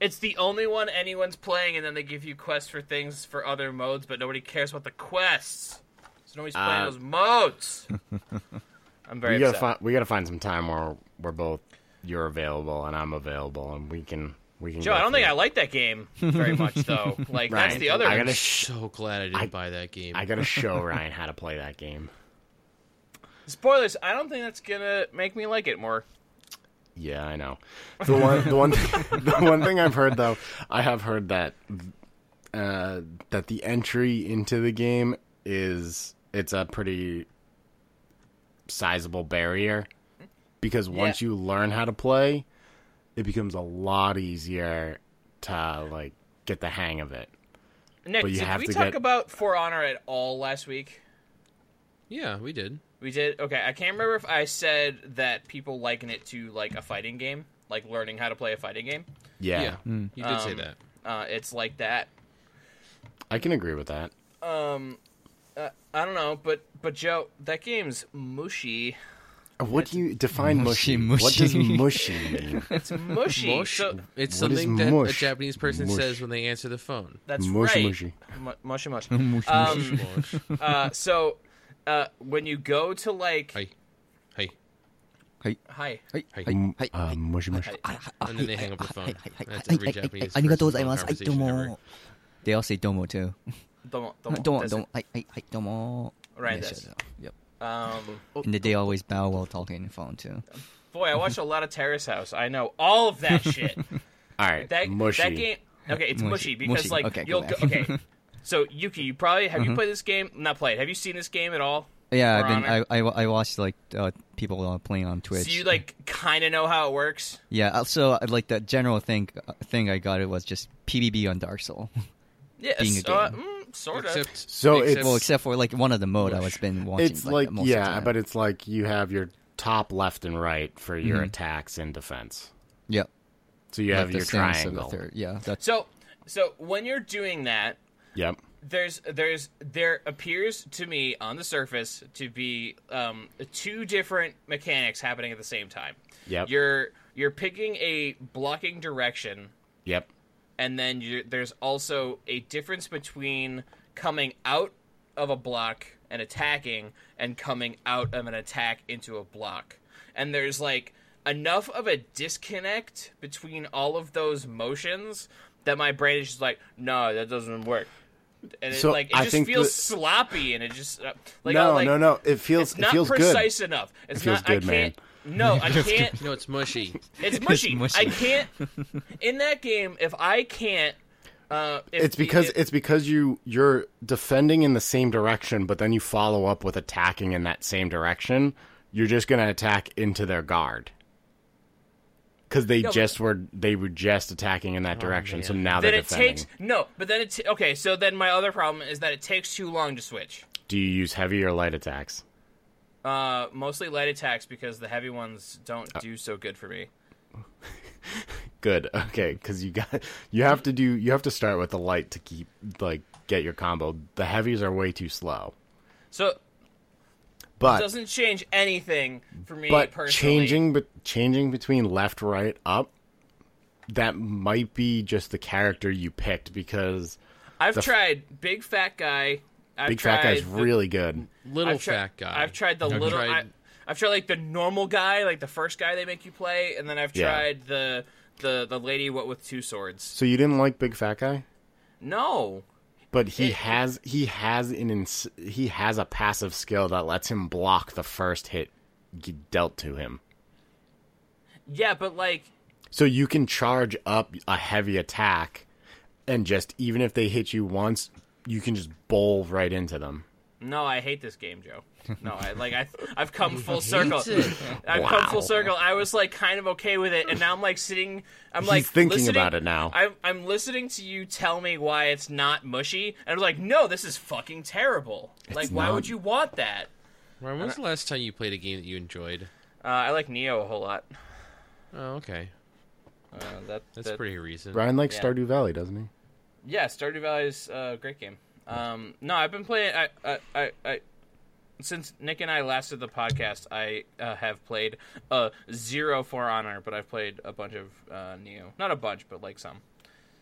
It's the only one anyone's playing, and then they give you quests for things for other modes, but nobody cares about the quests. So nobody's playing Uh, those modes. I'm very we gotta upset. find we gotta find some time where we're both you're available and I'm available and we can we can. Joe, go I don't think I through like that game very much, though. Like that's Ryan, the other. I one. gotta sh- So glad I didn't I- buy that game. I gotta show Ryan how to play that game. Spoilers. I don't think that's gonna make me like it more. Yeah, I know. The one, the one, the one thing I've heard though, I have heard that uh, that the entry into the game is it's a pretty sizable barrier because once you learn how to play, it becomes a lot easier to like get the hang of it. Nick, But you did have we to talk get- about For Honor at all last week? yeah, we did. We did. Okay, I can't remember if I said that people liken it to like a fighting game, like learning how to play a fighting game. Yeah, Yeah, you did say Um, that. Uh, it's like that. I can agree with that. Um, uh, I don't know, but but Joe, that game's mushy. What do you define mushy? Mushy, What does mushy. mushy mean? It's mushy. Mush. So it's What is something that a mush? Japanese person Mush. says when they answer the phone. that's Mush, right. mushy. Mu- mushy, mushy. Mushy, Um, Mush. uh, so uh, when you go to like Hi. Hi. hi, Hey, Hey. M- hey, uh, hey. mushy, mushy. And then they hang up the phone. That's every Japanese person's phone conversation ever. Oh, domo. They all say domo too. don't Domo, domo, hi, hi, hi, domo. Right, Yeah, that's- shut up. Yep. Um, And they always bow while talking on the phone too. boy, I watched a lot of Terrace House. I know all of that shit. All right, That mushy. that game. Okay, it's mushy, Mushy. because Mushy. like Okay, go you'll go, back. Mm-hmm. okay. So Yuki, you probably have you played this game? Not played. Have you seen this game at all? Yeah, I've For been. Honor? I, I, I watched like uh, people uh, playing on Twitch. So you like kind of know how it works. Yeah. Also, I- like the general thing uh, thing I got it was just PBB on Dark Soul. Yeah, Being a so, uh, game. mm, sort of. Except, So it's- except Well, except for like one of the mode I Whoosh. was been watching. It's like, most of the yeah, time. but it's like you have your top left and right for your attacks and defense. yeah, So you Mm-hmm. like have the your stance of the triangle. third- Yeah, that's So so when you're doing that, Yep. there's there's there appears to me on the surface to be um, two different mechanics happening at the same time. Yep. You're you're picking a blocking direction Yep. and then you there's also a difference between coming out of a block and attacking and coming out of an attack into a block and there's like enough of a disconnect between all of those motions that my brain is just like no that doesn't work and it, So, like it I just think feels the- sloppy and it just uh, like no, I'll, like, no, no. It feels it's it not feels good. precise enough it's feels not good, i man. can't no i can't no, it's mushy. it's mushy. mushy. I can't. In that game, if I can't, uh, if, It's because if- it's because you you're defending in the same direction, but then you follow up with attacking in that same direction. You're just gonna attack into their guard because they No, but- just were they were just attacking in Oh, that direction. So man. now then they're it defending. takes no. But then it t- okay. So then my other problem is that it takes too long to switch. Do you use heavy or light attacks? Uh, mostly light attacks because the heavy ones don't Uh, do so good for me. Good. Okay, because you got you have to do you have to start with the light to keep like get your combo. The heavies are way too slow. So it But doesn't change anything for me but personally. changing but changing between left right up, that might be just the character you picked because I've the f- tried big fat guy. I've Big Fat Guy's tried the- really good. Little I've tri- fat guy. I've tried the I've little. tried- I, have tried like the normal guy, like the first guy they make you play, and then I've Yeah. tried the the the lady what with two swords. So you didn't like Big Fat Guy, No, but he has he has an ins- he has a passive skill that lets him block the first hit g- dealt to him. yeah, but like So you can charge up a heavy attack, and just even if they hit you once, you can just bowl right into them. no, I hate this game, Joe. No, I like I I've come full circle. it. I've come Wow. full circle. I was like kind of okay with it, and now I'm like sitting. I'm He's like thinking listening- about it now. I'm I'm listening to you tell me why it's not mushy, and I was like, no, this is fucking terrible. like, why not. would you want that? Ryan, when was the last time you played a game that you enjoyed? Uh, I like Neo a whole lot. Oh, okay. Uh, that, That's that- pretty recent. Ryan likes Yeah. Stardew Valley, doesn't he? Yeah, Stardew Valley is a great game. Um, no, I've been playing. I, I, I, I, since Nick and I last did the podcast, I uh, have played uh, zero for Honor, but I've played a bunch of uh, Neo. Not a bunch, but like some.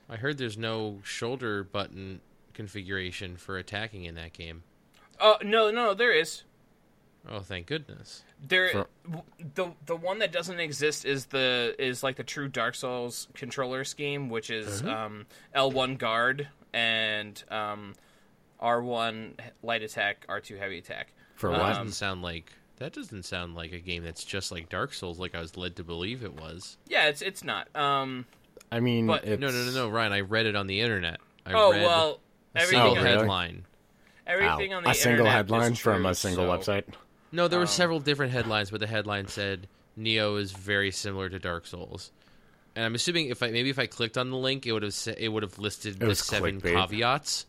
I heard there's no shoulder button configuration for attacking in that game. Oh no, no, there is. Oh, thank goodness. There, For- w- the the one that doesn't exist is the is like the true Dark Souls controller scheme, which is um, L one guard and um, R one light attack, R two heavy attack. For That what? Um, doesn't sound like that doesn't sound like a game that's just like Dark Souls, like I was led to believe it was. Yeah, it's it's not. Um, I mean, but- it's... No, no, no, no, Ryan. I read it on the internet. I oh read well, a single everything, Oh, really? headline. everything Ow. on the a single internet is headline from true, a single so- website. No, Um, there were several different headlines, but the headline said Neo is very similar to Dark Souls. And I'm assuming if I maybe if I clicked on the link, it would have sa- it would have listed the was seven clickbait. caveats.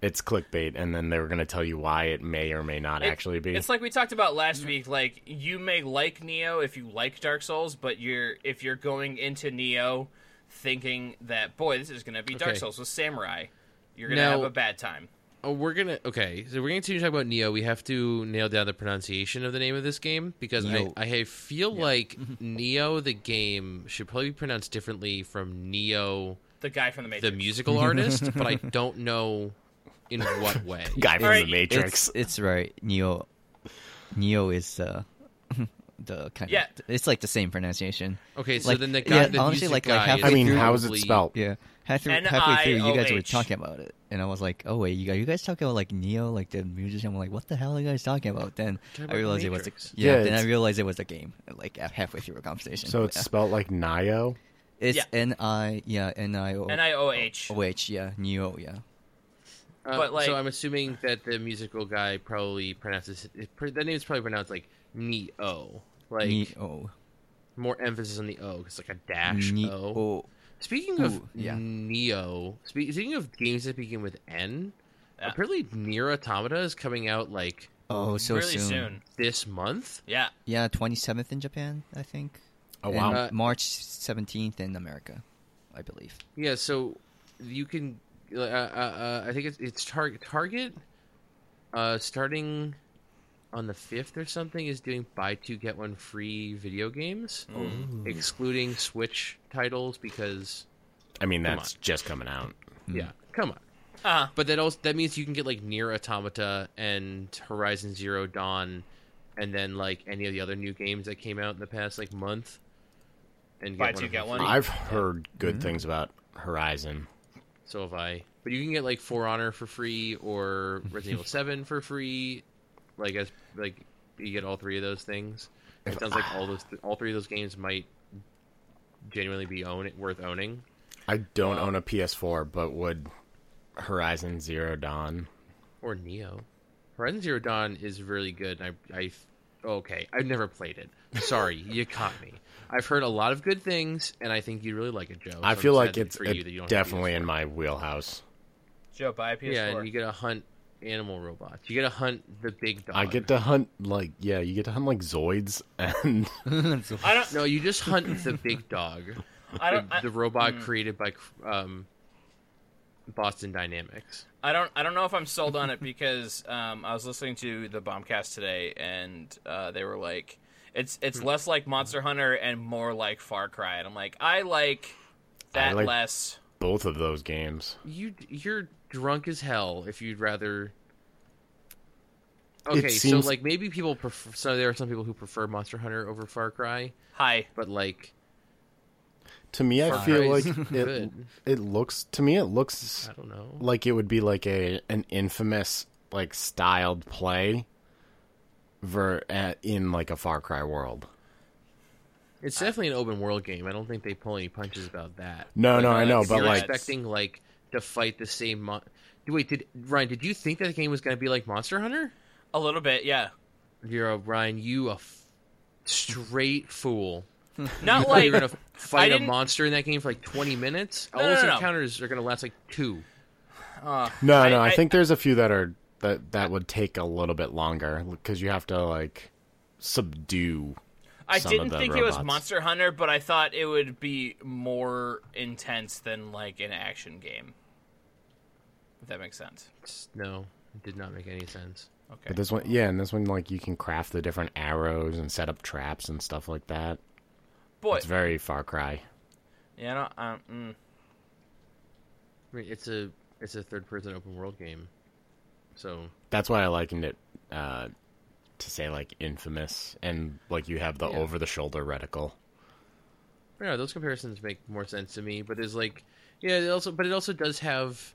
It's clickbait, and then they were going to tell you why it may or may not It- actually be. It's like we talked about last week. Like you may like Neo if you like Dark Souls, but you're if you're going into Neo thinking that boy, this is going to be Dark Okay. Souls with samurai, you're going to Now- have a bad time. Oh, we're gonna okay. So we're gonna continue to talk about Neo. We have to nail down the pronunciation of the name of this game because I, Neo. I feel like Neo the game should probably be pronounced differently from Neo The guy from the the Matrix. musical artist, but I don't know in what way. Guy from Alright, the Matrix. It's, it's right. Neo, Neo is uh, the kind Yeah. of it's like the same pronunciation. Okay, so Like, then the yeah, guy, the honestly, music like- like guy halfway I is mean, through- how is it probably- spelled? Yeah, halfway, halfway through, you guys were N-I-O-H. talking about it, and I was like, "Oh wait, you guys, you guys talking about like Neo, like the musician?" I'm like, "What the hell are you guys talking about?" Then Talking I about realized it was Matrix. a, yeah. Yeah, then I it's- realized it was a game, like a- halfway through a conversation. So it's Yeah. spelled like Nio. it's Yeah. N I yeah N I O N I O H. Oh, O H yeah Neo yeah Uh, But, like- so I'm assuming that the musical guy probably pronounces it, pr- that name's probably pronounced like Neo, like Neo more emphasis on the O because like a dash O. Neo Speaking of Ooh, yeah. Neo, spe- speaking of games that begin with N, Yeah. apparently Nier Automata is coming out like oh so really soon. this month. Yeah. Yeah, 27th in Japan, I think. Oh And wow! Uh, March 17th in America, I believe. Yeah, so you can. Uh, uh, uh, I think it's it's Target. Target, uh, starting on the fifth or something, is doing buy two get one free video games, excluding Switch titles because I mean, come that's just coming out. yeah, come on. Uh-huh. Uh, But that also that means you can get like Near Automata and Horizon Zero Dawn, and then like any of the other new games that came out in the past like month. And Buy of two, them get for one. free. I've heard Mm-hmm. good things about Horizon. So have I. But you can get like For Honor for free or Resident Evil Seven for free. Like as like you get all three of those things. It sounds like all those all three of those games might genuinely be own worth owning. I don't own a PS4, but would Horizon Zero Dawn? Or Neo. Horizon Zero Dawn is really good. and I I okay. I've never played it. Sorry, you caught me. I've heard a lot of good things, and I think you really like it, Joe. so I I'm feel like sad it's for it you that you don't have to use definitely in my wheelhouse. Joe, buy a PS4. Yeah, and you get to hunt animal robots. You get to hunt the big dog. I get to hunt like yeah, you get to hunt like Zoids, and I don't. No, you just hunt the big dog, I don't. the I, Mm. robot created by um, Boston Dynamics. I don't. I don't know if I'm sold on it because um, I was listening to the Bombcast today, and uh, they were like, "It's it's Hmm. less like Monster Hunter and more like Far Cry," and I'm like, "I like that like- less." both of those games. You you're drunk as hell if you'd rather. It Okay, seems- so like maybe people prefer. So there are some people who prefer Monster Hunter over Far Cry, Hi. but like To me, I Far feel like Cry's it, good. it looks. To me, it looks I don't know. like it would be like a an infamous like styled play, ver uh, in like a Far Cry world. It's definitely an open world game. I don't think they pull any punches about that. No, no, no, I know, it's but you're not- like expecting like to fight the same. Mon- Wait, did Ryan? Did you think that the game was going to be like Monster Hunter? A little bit, yeah. You're a Ryan. You a f- straight fool. Not Like, like you're gonna fight a didn't- monster in that game for like 20 minutes. no, All those no, no. encounters are gonna last like two. no, I- no. I, I- think there's a few that are that that would take a little bit longer because you have to like subdue. I some of didn't the think it was robots. Monster Hunter, but I thought it would be more intense than like an action game. If that makes sense. It's- No, it did not make any sense. Okay. But this one, yeah, and this one like you can craft the different arrows and set up traps and stuff like that. Boy, It's very Far Cry. yeah, I don't, I don't, mm, I mean, it's a it's a third person open world game, so That's why I likened it uh, to say like Infamous, and like you have the Yeah. over the shoulder reticle. yeah, those comparisons make more sense to me. But there's like yeah, it also but it also does have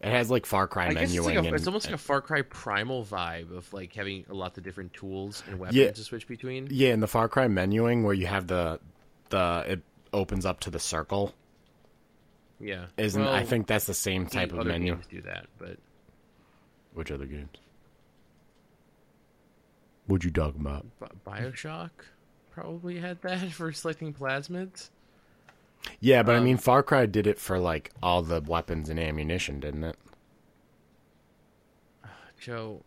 It has like Far Cry I menuing. guess it's, like a, and, it's almost like a Far Cry Primal vibe of like having a lot of different tools and weapons Yeah. to switch between. yeah, in the Far Cry menuing where you have the the it opens up to the circle. Yeah, Isn't I Well, think that's the same the type of other menu. games do that, but Which other games? What you talking about? Bi- Bioshock probably had that for selecting plasmids. Yeah, but I mean, Far Cry did it for like all the weapons and ammunition, didn't it? Joe,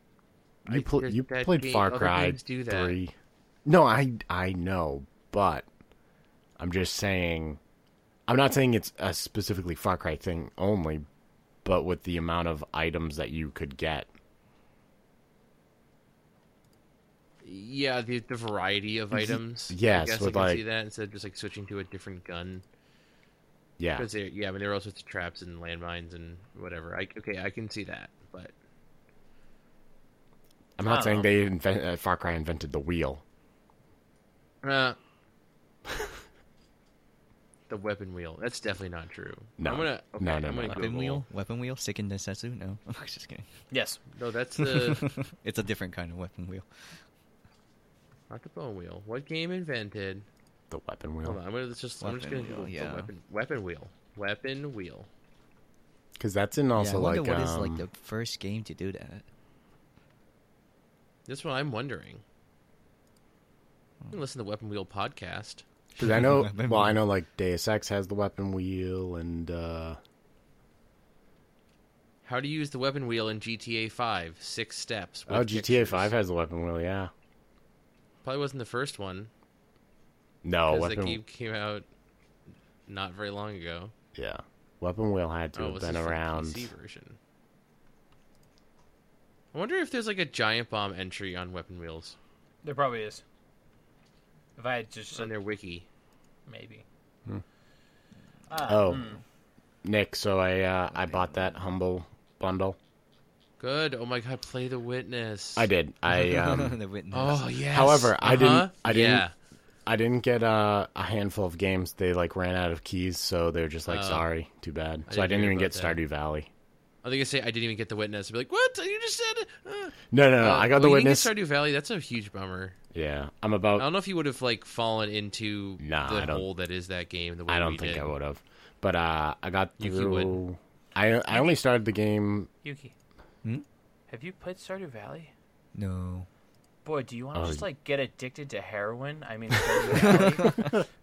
You I- pl- that- you that played game- Far other Cry games do that. three. No, I I know, but I'm just saying. I'm not saying it's a specifically Far Cry thing only, but with the amount of items that you could get. yeah, the the variety of items. I yes, guess with, I can like- see that instead of just like switching to a different gun. Yeah, Because yeah, I mean there were all sorts of traps and landmines and whatever. I okay, I can see that, but I'm I not saying don't they invent, uh, Far Cry invented the wheel. uh, the weapon wheel. That's definitely not true. No. I'm gonna okay, No, no, I'm no, gonna no. Google. Weapon wheel? Weapon wheel? Seiken Densetsu? No, I'm just kidding. yes. No, that's the Uh, it's a different kind of weapon wheel. not the bone wheel. What game invented? The weapon Hold wheel. on, I'm gonna just I'm just Weapon gonna wheel, Google the yeah. weapon weapon wheel weapon wheel. Because that's in yeah, I also wonder like what is, um, like the first game to do that. That's what I'm wondering. You can listen to Weapon Wheel podcast. Because I know, Weapon well, I wheel. know like Deus Ex has the weapon wheel, and uh, How to use the weapon wheel in GTA 5. Six steps. with oh, GTA pictures. Five has the weapon wheel. Yeah, Probably wasn't the first one. no Because Oh, weapon. that game came out not very long ago. Yeah, weapon wheel had to Oh, have this been is the around. PC version. I wonder if there's like a giant bomb entry on weapon wheels There probably is. If I had just on their wiki. maybe. Uh, Oh, Hmm. Nick, so I uh, I bought that humble bundle. Good. Oh my god, play the witness. I did. I um, the witness. Oh yes. However, I didn't- Uh-huh. I didn't- Yeah. I didn't get uh, a handful of games. They like ran out of keys, so they're just like, Oh. sorry, too bad. I So I didn't didn't, hear even get about that. Stardew Valley. I think I say I didn't even get the witness. I'd be like, what? You just said. Uh, No, no, no. Uh, I got oh, the you witness. Didn't get Stardew Oh, Valley. That's a huge bummer. yeah, I'm I about. don't know if you would have like fallen into Nah, I the don't- hole that is that game. The way I don't we think did. I would have, but uh, I got Yuki would. through. I I only started the game. Yuki. Hmm? Have you played Stardew Valley? No. Boy, do you want to Oh, just y- like get addicted to heroin? I mean,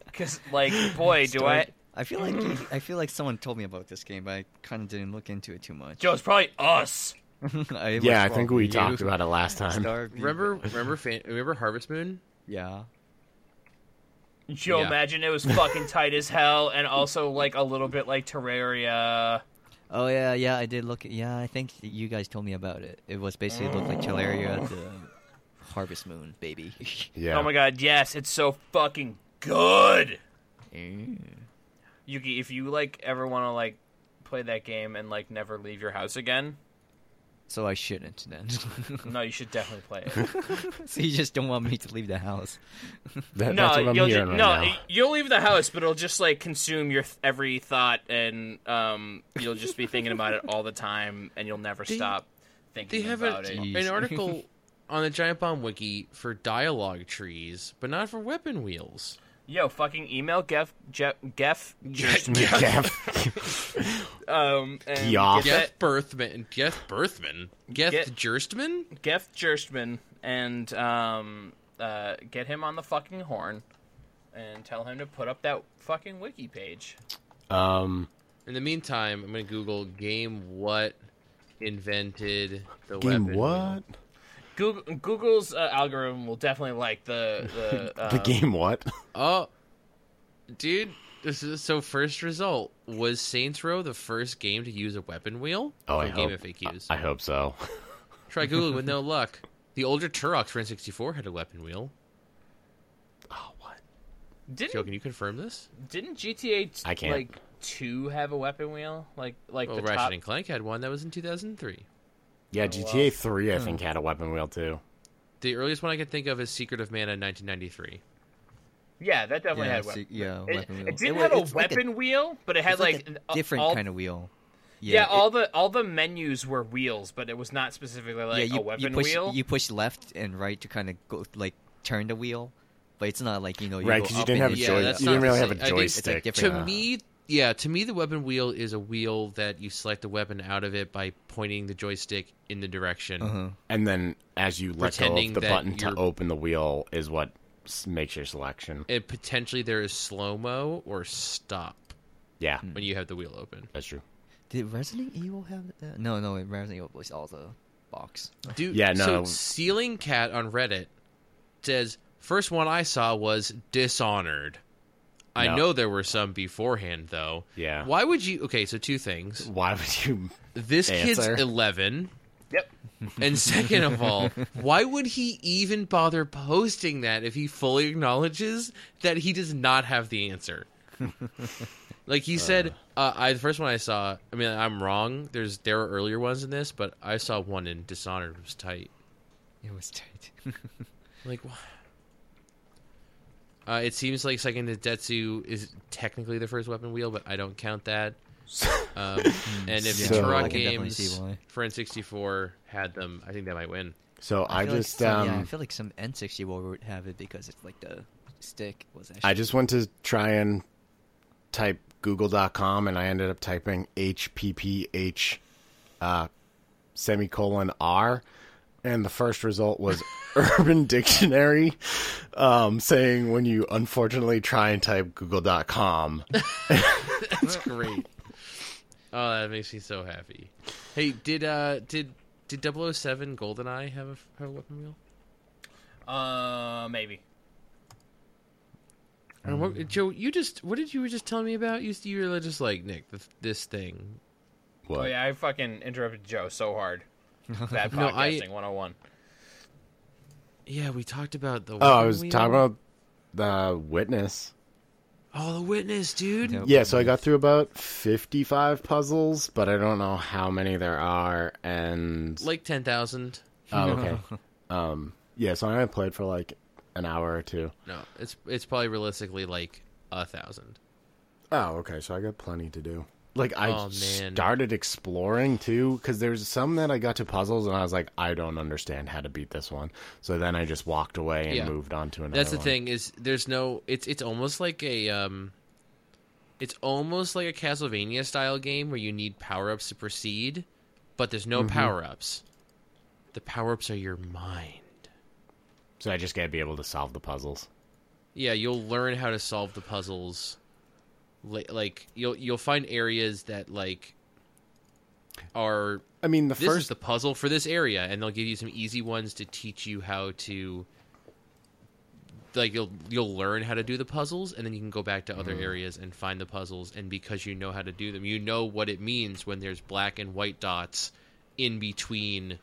because like, boy, do I? I feel like I feel like someone told me about this game, but I kind of didn't look into it too much. Joe, it's probably us. I was Yeah, I wrong. think we You talked about it last time. Star Beaver. Remember, remember, fan, remember Harvest Moon? Yeah. Joe, Yeah. imagine it was fucking tight as hell, and also like a little bit like Terraria. Oh yeah, yeah. I did look. Yeah, I think you guys told me about it. It was basically it looked like Chelaria, the Harvest Moon baby. Yeah. Oh my god, yes, it's so fucking good. Mm. Yuki, if you like ever want to like play that game and like never leave your house again, so I shouldn't then. no, you should definitely play it. so you just don't want me to leave the house. That- no, that's what I'm you'll hearing ju- right no, now. y- you'll leave the house, but it'll just like consume your th- every thought, and um, you'll just be thinking about it all the time, and you'll never They- stop They thinking have about a, it. Jeez. an article on the Giant Bomb wiki for dialogue trees, but not for weapon wheels. Yo, fucking email Geff, Jeff, Geff, um, and Geoff. get that- Jeff Berthman, Jeff Berthman, Jeff Get- Gerstmann. Geff Gerstmann and um, uh, get him on the fucking horn and tell him to put up that fucking wiki page. Um, In the meantime, I'm gonna Google game what invented the weapon. game wheel. what? Google, Google's uh, algorithm will definitely like the the, uh, The game what? Oh, dude, this is so. First result was Saints Row the first game to use a weapon wheel. Oh, I For game hope- FAQs. I hope so. Try Googling with no luck. The older Turok for N64 had a weapon wheel. Oh, what? Joe, Didn't can you confirm this? didn't GTA t- I can't. like two have a weapon wheel? Like like Well, the Ratchet top. and Clank had one that was in 2003. Yeah, GTA 3, I think, had a weapon wheel, too. The earliest one I can think of is Secret of Mana in 1993. Yeah, that definitely yeah, had a it's- weapon. yeah, It, weapon it wheel. didn't wa- have a it's like weapon wheel, but it had it's like like, a an- a- different all, kind of wheel. Yeah, it- all the all the menus were wheels, but it was not specifically like yeah, you, a weapon you push, wheel. You push left and right to kind of go like turn the wheel, but it's not like you know you Right, go because you up didn't and have then a Yeah, joy. You that's didn't not really the have same. a I think it's like joystick. different. To Yeah. me, yeah, to me, the weapon wheel is a wheel that you select the weapon out of it by pointing the joystick in the direction. Uh-huh. And then as you let go Pretending of the that button to you're- open the wheel is what s- makes your selection. And potentially there is slow mo or stop Yeah, when you have the wheel open. that's true. Did Resident Evil have that? No, no, Resident Evil was all the box. Dude, Yeah, So no. Ceiling Cat on Reddit says first one I saw was Dishonored. I No. know there were some beforehand though. Yeah. Why would you? Okay, so two things. Why would you? This Answer. kid's eleven. Yep. And second of all, why would he even bother posting that if he fully acknowledges that he does not have the answer? like he said, uh, I the first one I saw. I mean, I'm wrong. There's there were earlier ones in this, but I saw one in Dishonored was tight. It was tight. Like, wh- uh, it seems like Second Detsu is technically the first weapon wheel, but I don't count that. Um, and if Yeah, the I Turok can definitely games see why. for N64 had them, I think that might win. So I, feel like just some- um, yeah, I feel like some N64 would have it because it's like the stick was actually. I just went to try and type google.com and I ended up typing HPPH uh, semicolon R. And the first result was Urban Dictionary um, saying when you unfortunately try and type google.com. That's great. oh, that makes me so happy. Hey, did uh, did did 007 GoldenEye have a, have a weapon wheel? Uh, maybe. Or what, Joe, you just what did you were just telling me about? You you were just like Nick, th- this thing. What? Oh yeah, I fucking interrupted Joe so hard. Bad podcasting No, I- 101. Yeah, we talked about the. Oh, I weapon was wheel. talking about the witness. Oh, the witness, dude. Nope. Yeah, so I got through about 55 puzzles, but I don't know how many there are. And Like ten thousand. Oh, okay. um, yeah, so I only played for like an hour or two. No, it's it's probably realistically like a thousand. Oh, okay. So I got plenty to do. Like I Oh, man. started exploring too, because there's some that I got to puzzles and I was like, I don't understand how to beat this one. So then I just walked away and Yeah. moved on to another. That's the one. thing is there's no. It's it's almost like a um. It's almost like a Castlevania style game where you need power ups to proceed, but there's no power ups. The power ups are your mind. So I just gotta be able to solve the puzzles. Yeah, you'll learn how to solve the puzzles. Li- Like you'll you'll find areas that like are I mean, the this is first the puzzle for this area and they'll give you some easy ones to teach you how to like you'll you'll learn how to do the puzzles and then you can go back to other Mm-hmm. areas and find the puzzles and because you know how to do them you know what it means when there's black and white dots in between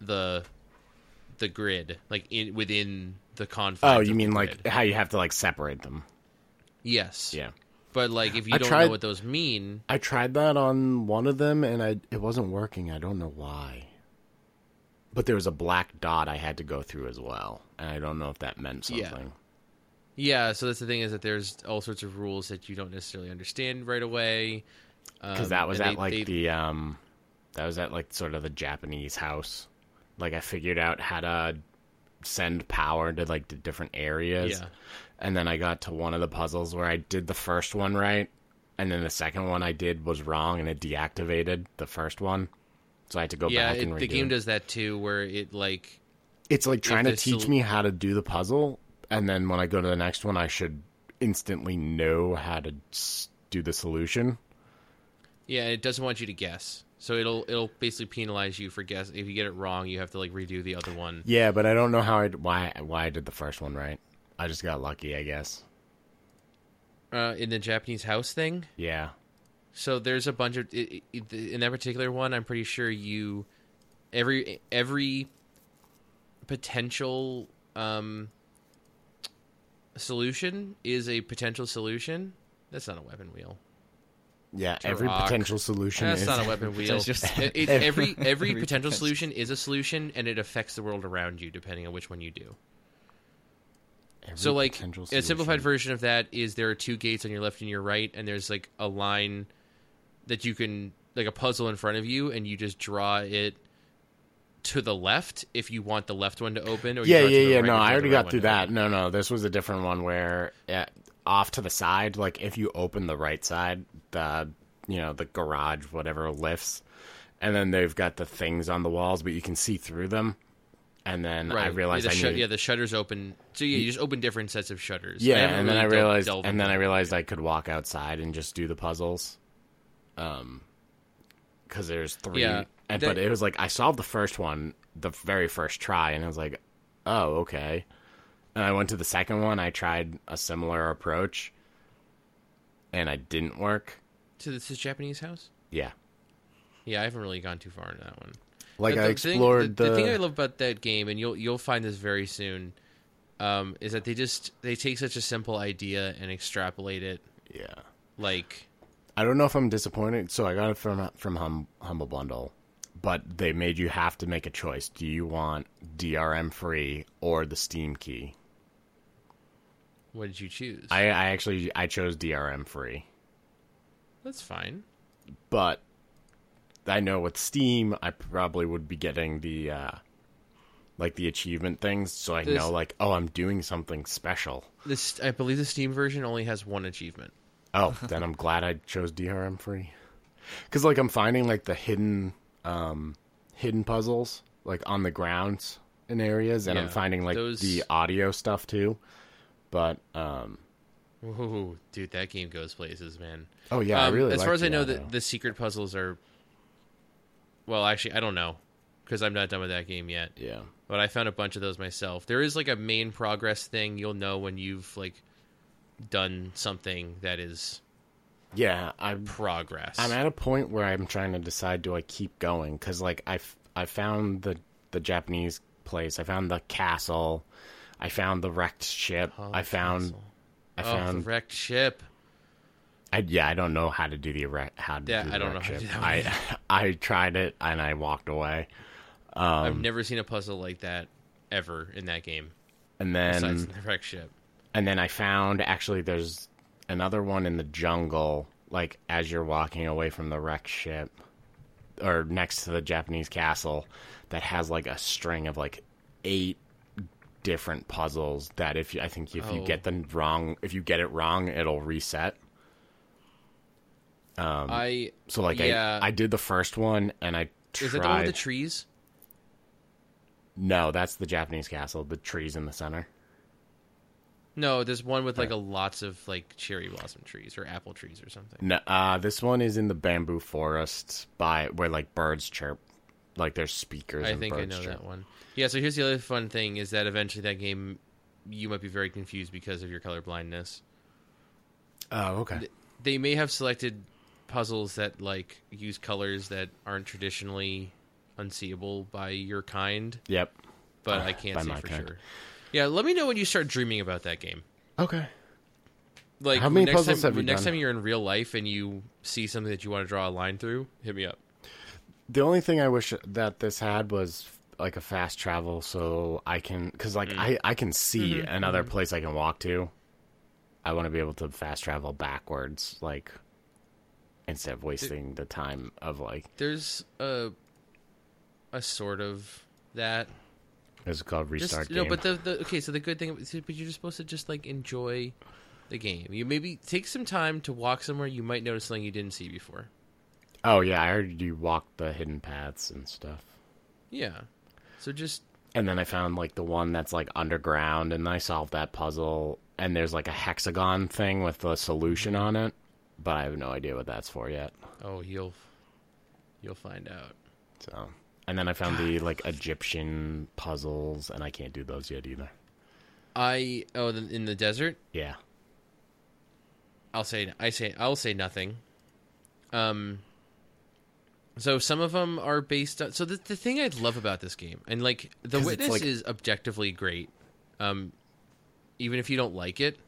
the the grid like in within the confines oh, of you the mean like grid. how you have to like separate them? yes Yeah. but like if you I don't tried- know what those mean I tried that on one of them and I it wasn't working. I don't know why. But there was a black dot I had to go through as well, and I don't know if that meant Yeah. something. yeah so that's the thing is that there's all sorts of rules that you don't necessarily understand right away because that was um, and at they- like they- the um that was at like sort of the japanese house like i figured out how to send power to like the different areas Yeah. and then i got to one of the puzzles where i did the first one right and then the second one i did was wrong and it deactivated the first one so i had to go yeah back and it- redo the game does that too where it like it's like trying to there's teach still- me how to do the puzzle and then when i go to the next one i should instantly know how to s- do the solution yeah it doesn't want you to guess so it'll it'll basically penalize you for guess if you get it wrong you have to like redo the other one Yeah, but I don't know how I why why I did the first one right. I just got lucky, I guess. uh, in the japanese house thing Yeah. so there's a bunch of it, it, in that particular one i'm pretty sure you every every potential um, solution is a potential solution. That's not a weapon wheel. Yeah, every rock. potential solution That's is not a weapon wheel. That's just- It- it- every every Every potential potential- solution is a solution, and it affects the world around you depending on which one you do. every So, like, potential a simplified solution. version of that is there are two gates on your left and your right, and there's like a line that you can, like a puzzle in front of you, and you just draw it to the left if you want the left one to open. Or you Yeah, draw it to yeah, the yeah. right if No, you want I the already right got one through to that. open. No, no, this was a different one where uh, off to the side, like if you open the right side, the you know the garage, whatever lifts, and then they've got the things on the walls, but you can see through them. And then Right. I realized yeah, the I shut- needed, yeah, the shutters open. So yeah, you just open different sets of shutters. yeah, I haven't and then I really del- realized, delved and into then I that. realized I could walk outside and just do the puzzles, um, because there's three. Yeah, and, that- but it was like I solved the first one, the very first try, and I was like, oh okay. And I went to the second one. I tried a similar approach, and I didn't work. to this is Japanese house. Yeah, Yeah, I haven't really gone too far into that one. like But I thing- explored the, the. thing I love about that game, and you'll you'll find this very soon, um, is that they just they take such a simple idea and extrapolate it. yeah. Like I don't know if I'm disappointed. So I got it from from hum, Humble Bundle, but they made you have to make a choice. Do you want DRM free or the Steam key? what did you choose? I, I actually I chose DRM free, That's fine. but I know with Steam I probably would be getting the uh, like the achievement things, so I This- know like oh I'm doing something special. This I believe the Steam version only has one achievement. Oh, then I'm glad I chose DRM free. Cuz like I'm finding like the hidden um hidden puzzles like on the grounds in areas and I'm Yeah, finding like those- the audio stuff too. But um Whoa, dude, that game goes places, man. oh yeah, I Um, really as far like as I the know, audio. the, the secret puzzles are. Well, actually, I don't know because I'm not done with that game yet. yeah. but I found a bunch of those myself. There is like a main progress thing you'll know when you've like done something that is Yeah, I progress. I'm at a point where I'm trying to decide do I keep going cuz like I f- I found the the Japanese place. I found the castle. I found the wrecked ship. I found I oh, found the wrecked ship. I, yeah, I don't know how to do the erect. How to Yeah, do I don't know erect how to ship. do that I I tried it and I walked away, um, I've never seen a puzzle like that ever in that game and then besides the wrecked ship. and then I found actually there's another one in the jungle. Like as you're walking away from the wreck ship, or next to the Japanese castle, that has like a string of like eight different puzzles. That if you, I think if you Oh. get them wrong, if you get it wrong, it'll reset. um, I So like yeah, I I did the first one and I. Tried. is that the one with the trees? No, that's the Japanese castle. The trees in the center. No, there's one with like a lots of like cherry blossom trees or apple trees or something. No, uh, this one is in the bamboo forests by where like birds chirp, like there's speakers. I and think I birds know chirp. that one. Yeah, so here's the other fun thing is that eventually that game you might be very confused because of your color blindness. Oh, okay. they may have selected puzzles that like use colors that aren't traditionally unseeable by your kind, Yep. but Uh, I can't by say my for kind. sure. Yeah, let me know when you start dreaming about that game. Okay. Like How many next puzzles time, have you next done? time you're in real life and you see something that you want to draw a line through, hit me up. The only thing I wish that this had was like a fast travel, so I can because like Mm. I I can see Mm-hmm. another place I can walk to. I want to be able to fast travel backwards, like instead of wasting the time of like There's a a sort of that is it called just restart no, game? but the, the okay. So the good thing, but you're supposed to just like enjoy the game. You maybe take some time to walk somewhere. You might notice something you didn't see before. oh yeah, I heard you walked the hidden paths and stuff. Yeah. So just And then I found like the one that's like underground, and I solved that puzzle. And there's like a hexagon thing with a solution on it, but I have no idea what that's for yet. oh, you'll you'll find out. So, and then I found the like Egyptian puzzles, and I can't do those yet either. I oh the, in the desert. Yeah, I'll say I say I'll say nothing. Um. So some of them are based on. So the the thing I love about this game, and like the 'Cause it's witness like- is objectively great, um, even if you don't like it,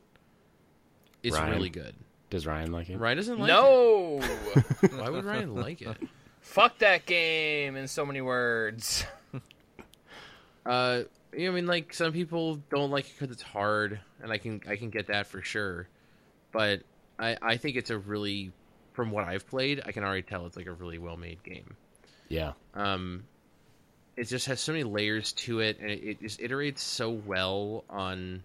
it's Ryan. really good. Does Ryan like it? Ryan doesn't like No, it. Why would Ryan like it? fuck that game in so many words. Uh, you know, I mean, like some people don't like it because it's hard, and I can I can get that for sure. But I I think it's a really, from what I've played, I can already tell it's like a really well made game. Yeah. um it just has so many layers to it and it, it just iterates so well on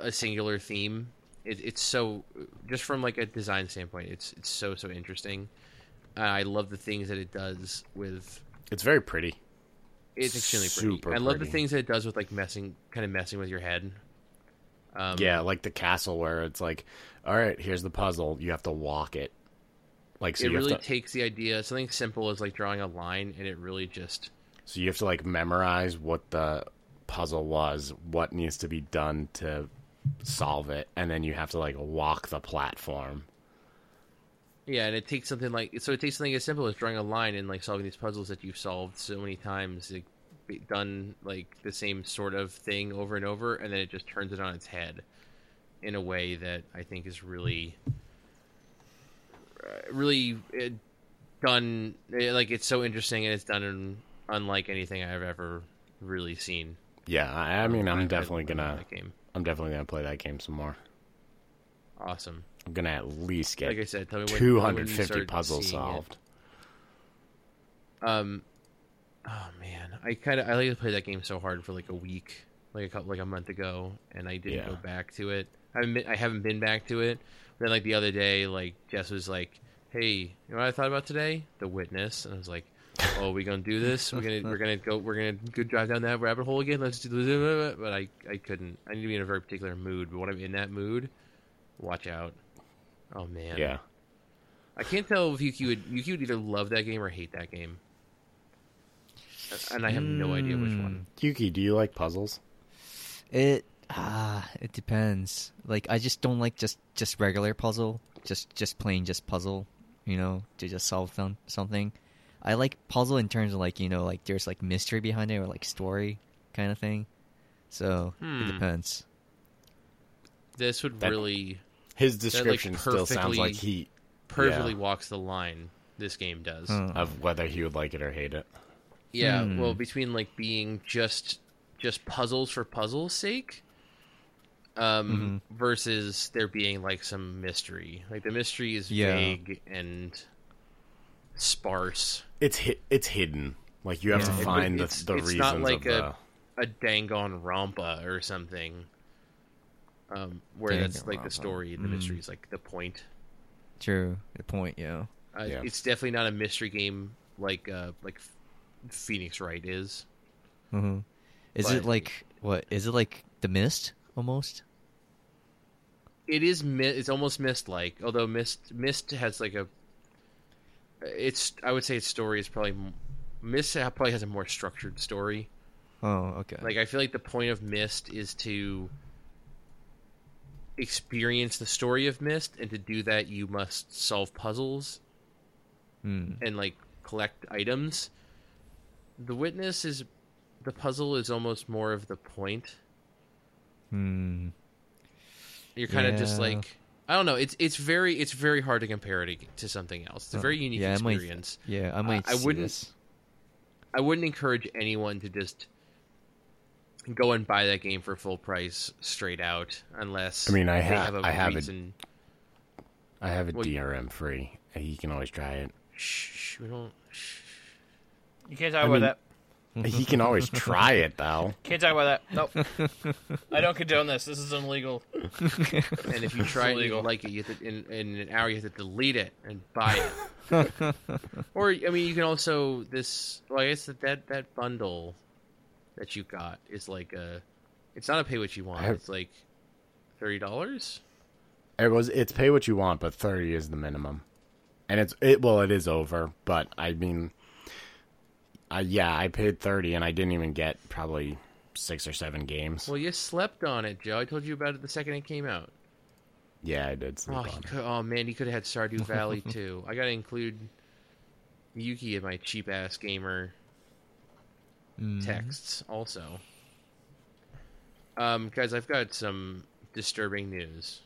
a singular theme it, it's so just from like a design standpoint it's it's so so interesting uh, i love the things that it does with It's very pretty. it's extremely Super pretty i love the pretty. things that it does with like messing kind of messing with your head um, yeah, like the castle where it's like, all right, here's the puzzle. You have to walk it. Like so, it you really have to, takes the idea something simple as like drawing a line and it really just so you have to like memorize what the puzzle was, what needs to be done to solve it, and then you have to like walk the platform. Yeah, and it takes something like so it takes something as simple as drawing a line and like solving these puzzles that you've solved so many times, like be- done like the same sort of thing over and over, and then it just turns it on its head in a way that I think is really, uh, really uh, done. eh, Like it's so interesting and it's done in unlike anything I've ever really seen. Yeah, I, I mean, I- I I'm definitely love gonna, that game. I'm definitely gonna play that game some more. Awesome. I'm gonna at least Like I get said, tell me when- tell me when you 250 start puzzles seeing it. solved. Um, oh man, I kind of I like to play that game so hard for like a week, like a couple, like a month ago, and I didn't Yeah. go back to it. I haven't been, I haven't been back to it. Then like the other day, like Jess was like, "Hey, you know what I thought about today? The Witness," and I was like. Oh, we gonna do this? We're gonna we're gonna go we're gonna go drive down that rabbit hole again. Let's do this. But I I couldn't. I need to be in a very particular mood. But when I'm in that mood, watch out. Oh man. Yeah, I can't tell if Yuki would Yuki would either love that game or hate that game. A- And I have no idea which one. Yuki, do you like puzzles? It ah, it depends. Like I just don't like just just regular puzzle, just just plain just puzzle, you know, to just solve some, something. I like puzzle in terms of like you know like there's like mystery behind it or like story kind of thing. So Hmm. it depends. This would That- really His description still sounds perfectly- like he perfectly yeah, walks the line this game does. Hmm. of whether he would like it or hate it. Yeah, Hmm. well between like being just just puzzles for puzzle's sake um versus there being like some mystery. Like the mystery is Yeah. vague and sparse. It's hi- it's hidden. Like you have Yeah. to It- find it's- the, the it's reasons not like of the. a- a Dangon Rampa or something. Um, where that's like the Danganronpa. story, the Mm. Hmm. mystery is like the point. True. Good point. Yeah. Uh, Yeah. It's definitely not a mystery game like uh, like F- Phoenix Wright is. hmm Is But- it like what? Is it like the mist almost? It is mi- it's almost Mist like, although Mist Mist has like a it's I would say its story is probably m- Mist ha- probably has a more structured story. Oh, okay. Like I feel like the point of Mist is to experience the story of Mist, and to do that, you must solve puzzles Hmm. and like collect items. The witness is the puzzle is almost more of the point. Hmm. You're kind of just Yeah. like I don't know. It's it's very it's very hard to compare it to something else. It's a Oh, very unique yeah, I might- experience. Yeah, I might. I see wouldn't- this. I wouldn't encourage anyone to just go and buy that game for full price straight out unless I mean, I they ha- have a I have it. reason. I have a Well, you- DRM free. He can always try it. Shh, we don't. Shh. You can't talk I about mean- that. he can always try it though. Can't talk about that. Nope. I don't condone this. This is illegal. And if you try it and you Illegal. like it, you have to, in, in an hour you have to delete it and buy it. or I mean, you can also this. Well, I guess that that, that bundle that you got is like a. It's not a pay what you want. I have- It's like thirty dollars. It was it's pay what you want, but thirty is the minimum, and it's it well it is over. But I mean, I yeah, I paid thirty and I didn't even get probably six or seven games. Well, you slept on it, Joe. I told you about it the second it came out. Yeah, I did sleep Oh, on he it. could, oh man, he could have had Stardew Valley too. I gotta include Yuki in my cheap ass gamer Mm-hmm. texts also. Um, guys, I've got some disturbing news.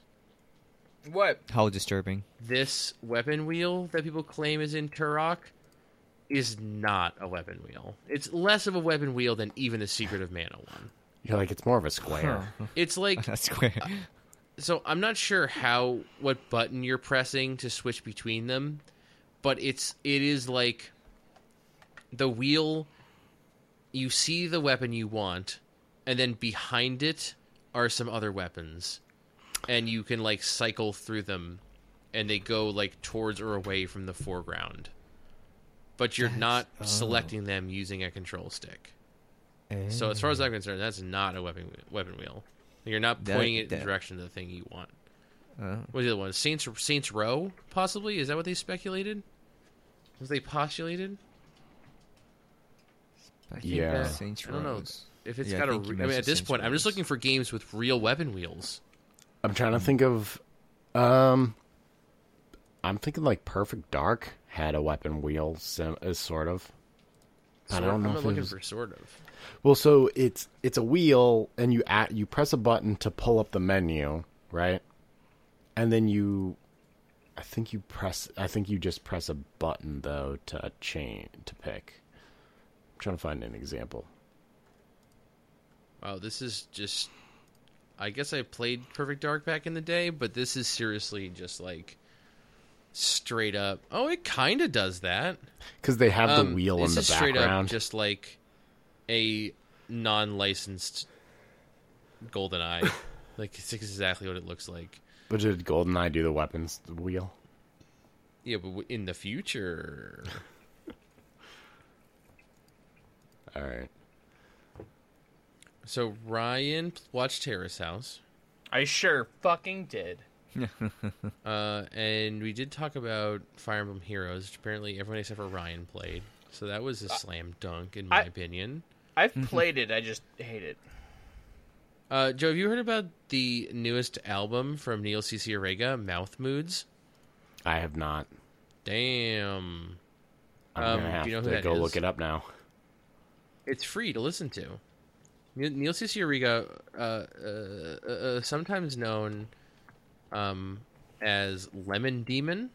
What? How disturbing. This weapon wheel that people claim is in Turok is not a weapon wheel. It's less of a weapon wheel than even the Secret of Mana one. You're like it's more of a square. It's like That's square. Uh, so I'm not sure how what button you're pressing to switch between them, but it's it is like the wheel you see the weapon you want and then behind it are some other weapons and you can like cycle through them and they go like towards or away from the foreground. But you're not selecting them using a control stick. Eh, So as far as I'm concerned, that's not a weapon weapon wheel. You're not That- pointing it in that- the direction of the thing you want. What's the other one? Saints Saints Row, possibly? Is that what they speculated? Was they postulated? I think Yeah. that's Saints I don't know Row's. if it's Yeah, I got a. think you Re- I mean, mentioned at this Saints point, I'm Row's. just looking for games with real weapon wheels. I'm trying to think of um I'm thinking like Perfect Dark had a weapon wheel sim- uh, sort of. I Sort- don't know I'm not if it looking was- for sort of. Well, so it's it's a wheel and you at you press a button to pull up the menu, right? And then you I think you press I think you just press a button though to change to pick. I'm trying to find an example. Wow, this is just. I guess I played Perfect Dark back in the day, but this is seriously just like straight up. Oh, it kind of does that. Cuz they have the Um, wheel in this the is straight up background. just like a non-licensed golden eye. like it's exactly what it looks like. But did GoldenEye do the weapons wheel? Yeah, but w- in the future, All right. so Ryan watched Terrace House, I sure fucking did. uh, and we did talk about Fire Emblem Heroes, which apparently everyone except for Ryan played. So that was Uh, a slam dunk, in my I- opinion. I've Mm-hmm. played it. I just hate it. Uh, Joe, have you heard about the newest album from Neil Cicerega, Mouth Moods? I have not. Damn. I'm Um, gonna have do you know who to that go is? look it up now. it's free to listen to. Ne- Neil Cicerega, uh, uh, uh, uh, sometimes known um, as Lemon Demon,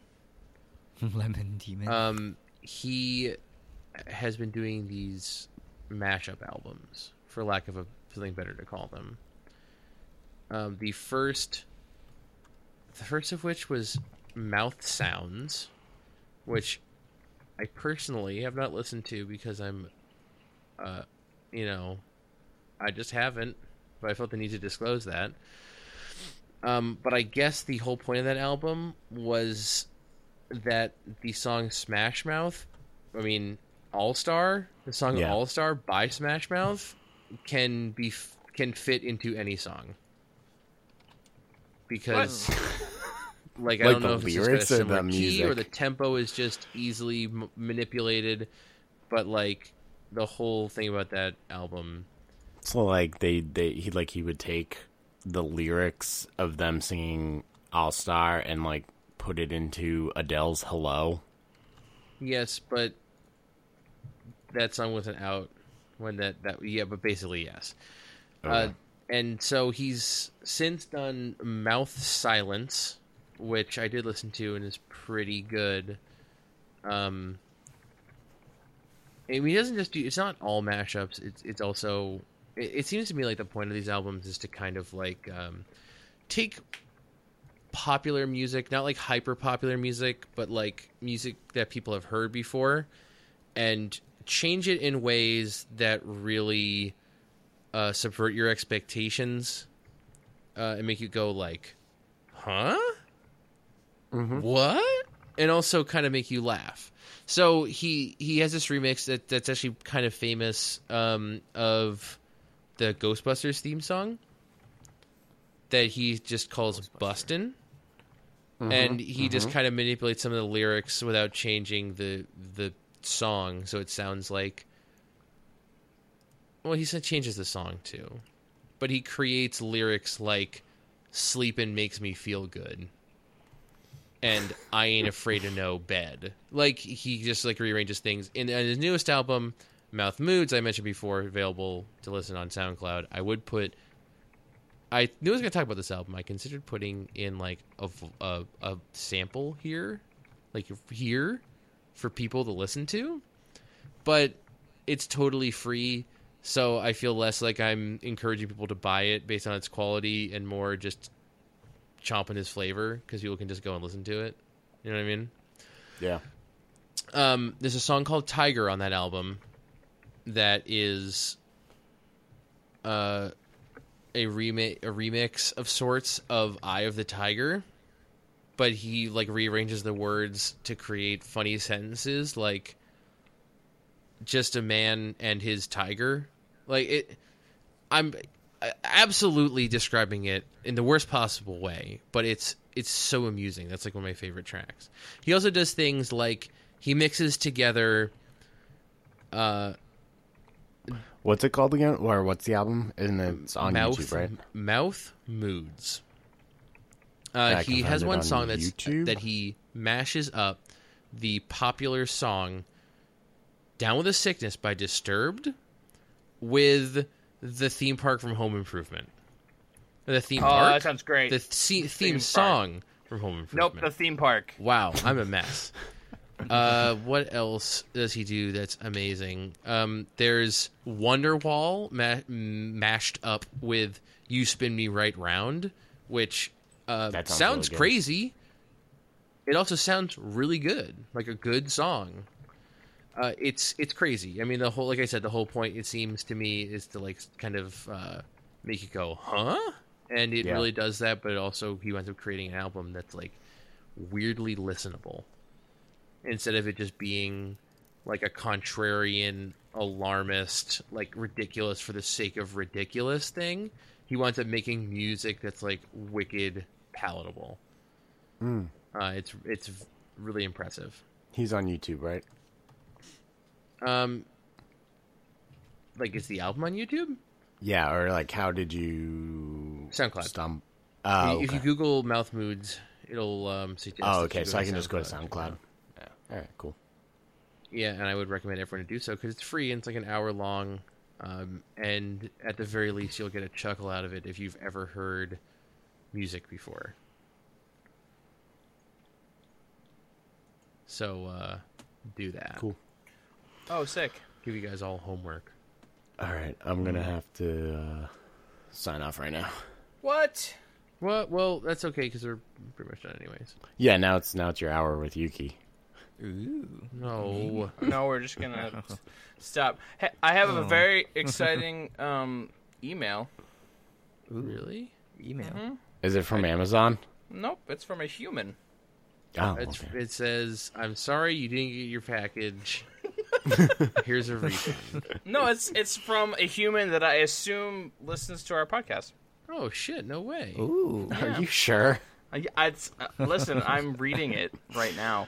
Lemon Demon. um, he has been doing these mashup albums, for lack of a something better to call them. Um, the first, the first of which was Mouth Sounds, which I personally have not listened to because I'm, uh, you know, I just haven't. But I felt the need to disclose that. Um, but I guess the whole point of that album was that the song Smash Mouth, I mean All Star, the song Yeah. All Star by Smash Mouth can be f- can fit into any song because like I Like don't the know if it's just got a lyrics or the similar key or music? the tempo is just easily m- manipulated, but like the whole thing about that album, So like they they he like he would take the lyrics of them singing All Star and like put it into Adele's Hello. yes, but that song wasn't out when that that yeah, but basically yes. Oh, Uh, and so he's since done Mouth Silence, which I did listen to and is pretty good. Um, I mean, he doesn't just do. It's not all mashups. It's it's also. It, it seems to me like the point of these albums is to kind of like um, take popular music, not like hyper popular music, but like music that people have heard before, and change it in ways that really uh, subvert your expectations uh, and make you go like, "Huh? What?" And also kind of make you laugh. So he he has this remix that that's actually kind of famous um, of the Ghostbusters theme song that he just calls Bustin'. And he just kind of manipulates some of the lyrics without changing the the song, so it sounds like well, he said changes the song too, but he creates lyrics like sleeping makes me feel good and I ain't afraid of no bed. Like he just like rearranges things. In, in his newest album, Mouth Moods, I mentioned before, available to listen on SoundCloud. I would put. I knew I was gonna talk about this album. I considered putting in like a v- a, a sample here, like here, for people to listen to, but it's totally free. So I feel less like I'm encouraging people to buy it based on its quality and more just chomping his flavor because people can just go and listen to it. You know what I mean? Yeah. Um, there's a song called Tiger on that album that is uh, a remix a remix of sorts of Eye of the Tiger, but he like rearranges the words to create funny sentences like just a man and his tiger. Like it I'm uh, absolutely describing it in the worst possible way, but it's it's so amusing. That's like one of my favorite tracks. He also does things like he mixes together uh What's it called again? Or what's the album? And it's on mouth YouTube, right? mouth moods. I Uh, can he find has it one on song that's uh, YouTube. that he mashes up the popular song "Down with the Sickness" by Disturbed with the theme park from Home Improvement. The theme Oh, park. that sounds great. the th- theme, Theme park. song from Home nope, Improvement. the theme park. Wow, I'm a mess. uh, what else does he do that's amazing? Um, there's Wonderwall ma- m- mashed up with "You Spin Me Right Round," which uh, That sounds, sounds really good. crazy. It also sounds really good, like a good song. Uh, it's it's crazy. I mean, the whole like I said, the whole point it seems to me is to like kind of uh, make you go, huh? And it Yeah. really does that. But it also, he winds up creating an album that's like weirdly listenable instead of it just being like a contrarian alarmist like ridiculous for the sake of ridiculous thing he winds up making music that's like wicked palatable uh, it's it's really impressive He's on YouTube, right? um like is the album on youtube Yeah, or like how did you SoundCloud. Stum- oh, if okay. you google mouth moods it'll um suggest oh, that okay. you So I can just go to SoundCloud. SoundCloud. Yeah. All right, cool. Yeah, and I would recommend everyone to do so because it's free and it's like an hour long. Um, and at the very least, you'll get a chuckle out of it if you've ever heard music before. So uh, do that. Cool. Oh, sick. Give you guys all homework. All right, I'm gonna have to uh, sign off right now. What? Well, well, that's okay because we're pretty much done anyways. Yeah, now it's now it's your hour with Yuki. Ooh. No, No, we're just gonna s- stop. Hey, I have Oh. a very exciting um, email. really? Email. Mm-hmm. Is it from Amazon? Nope, it's from a human. Oh, It's, okay. It says, "I'm sorry you didn't get your package. Here's a refund." No, it's it's from a human that I assume listens to our podcast. Oh shit! No way. Ooh. Are you sure? I, I- it's- uh, listen, I'm reading it right now.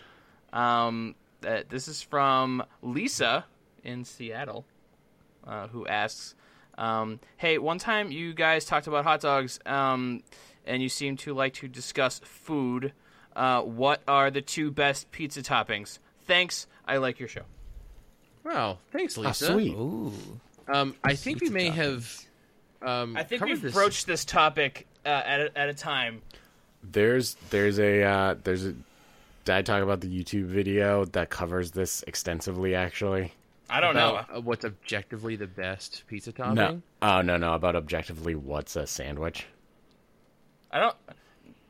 Um, uh, this is from Lisa in Seattle, uh, who asks, um, "Hey, one time you guys talked about hot dogs, um, and you seem to like to discuss food. Uh, what are the two best pizza toppings? Thanks, I like your show. Wow. Thanks, Ah, Lisa. sweet. Ooh. Um, I think we Pizza may toppings. have. Um, I think covered we've this. broached this topic uh, at a, at a time. There's there's a uh, there's a. Did I talk about the YouTube video that covers this extensively? Actually, I don't know. about, uh, what's objectively the best pizza topping. no. Oh no no about objectively what's a sandwich. I don't.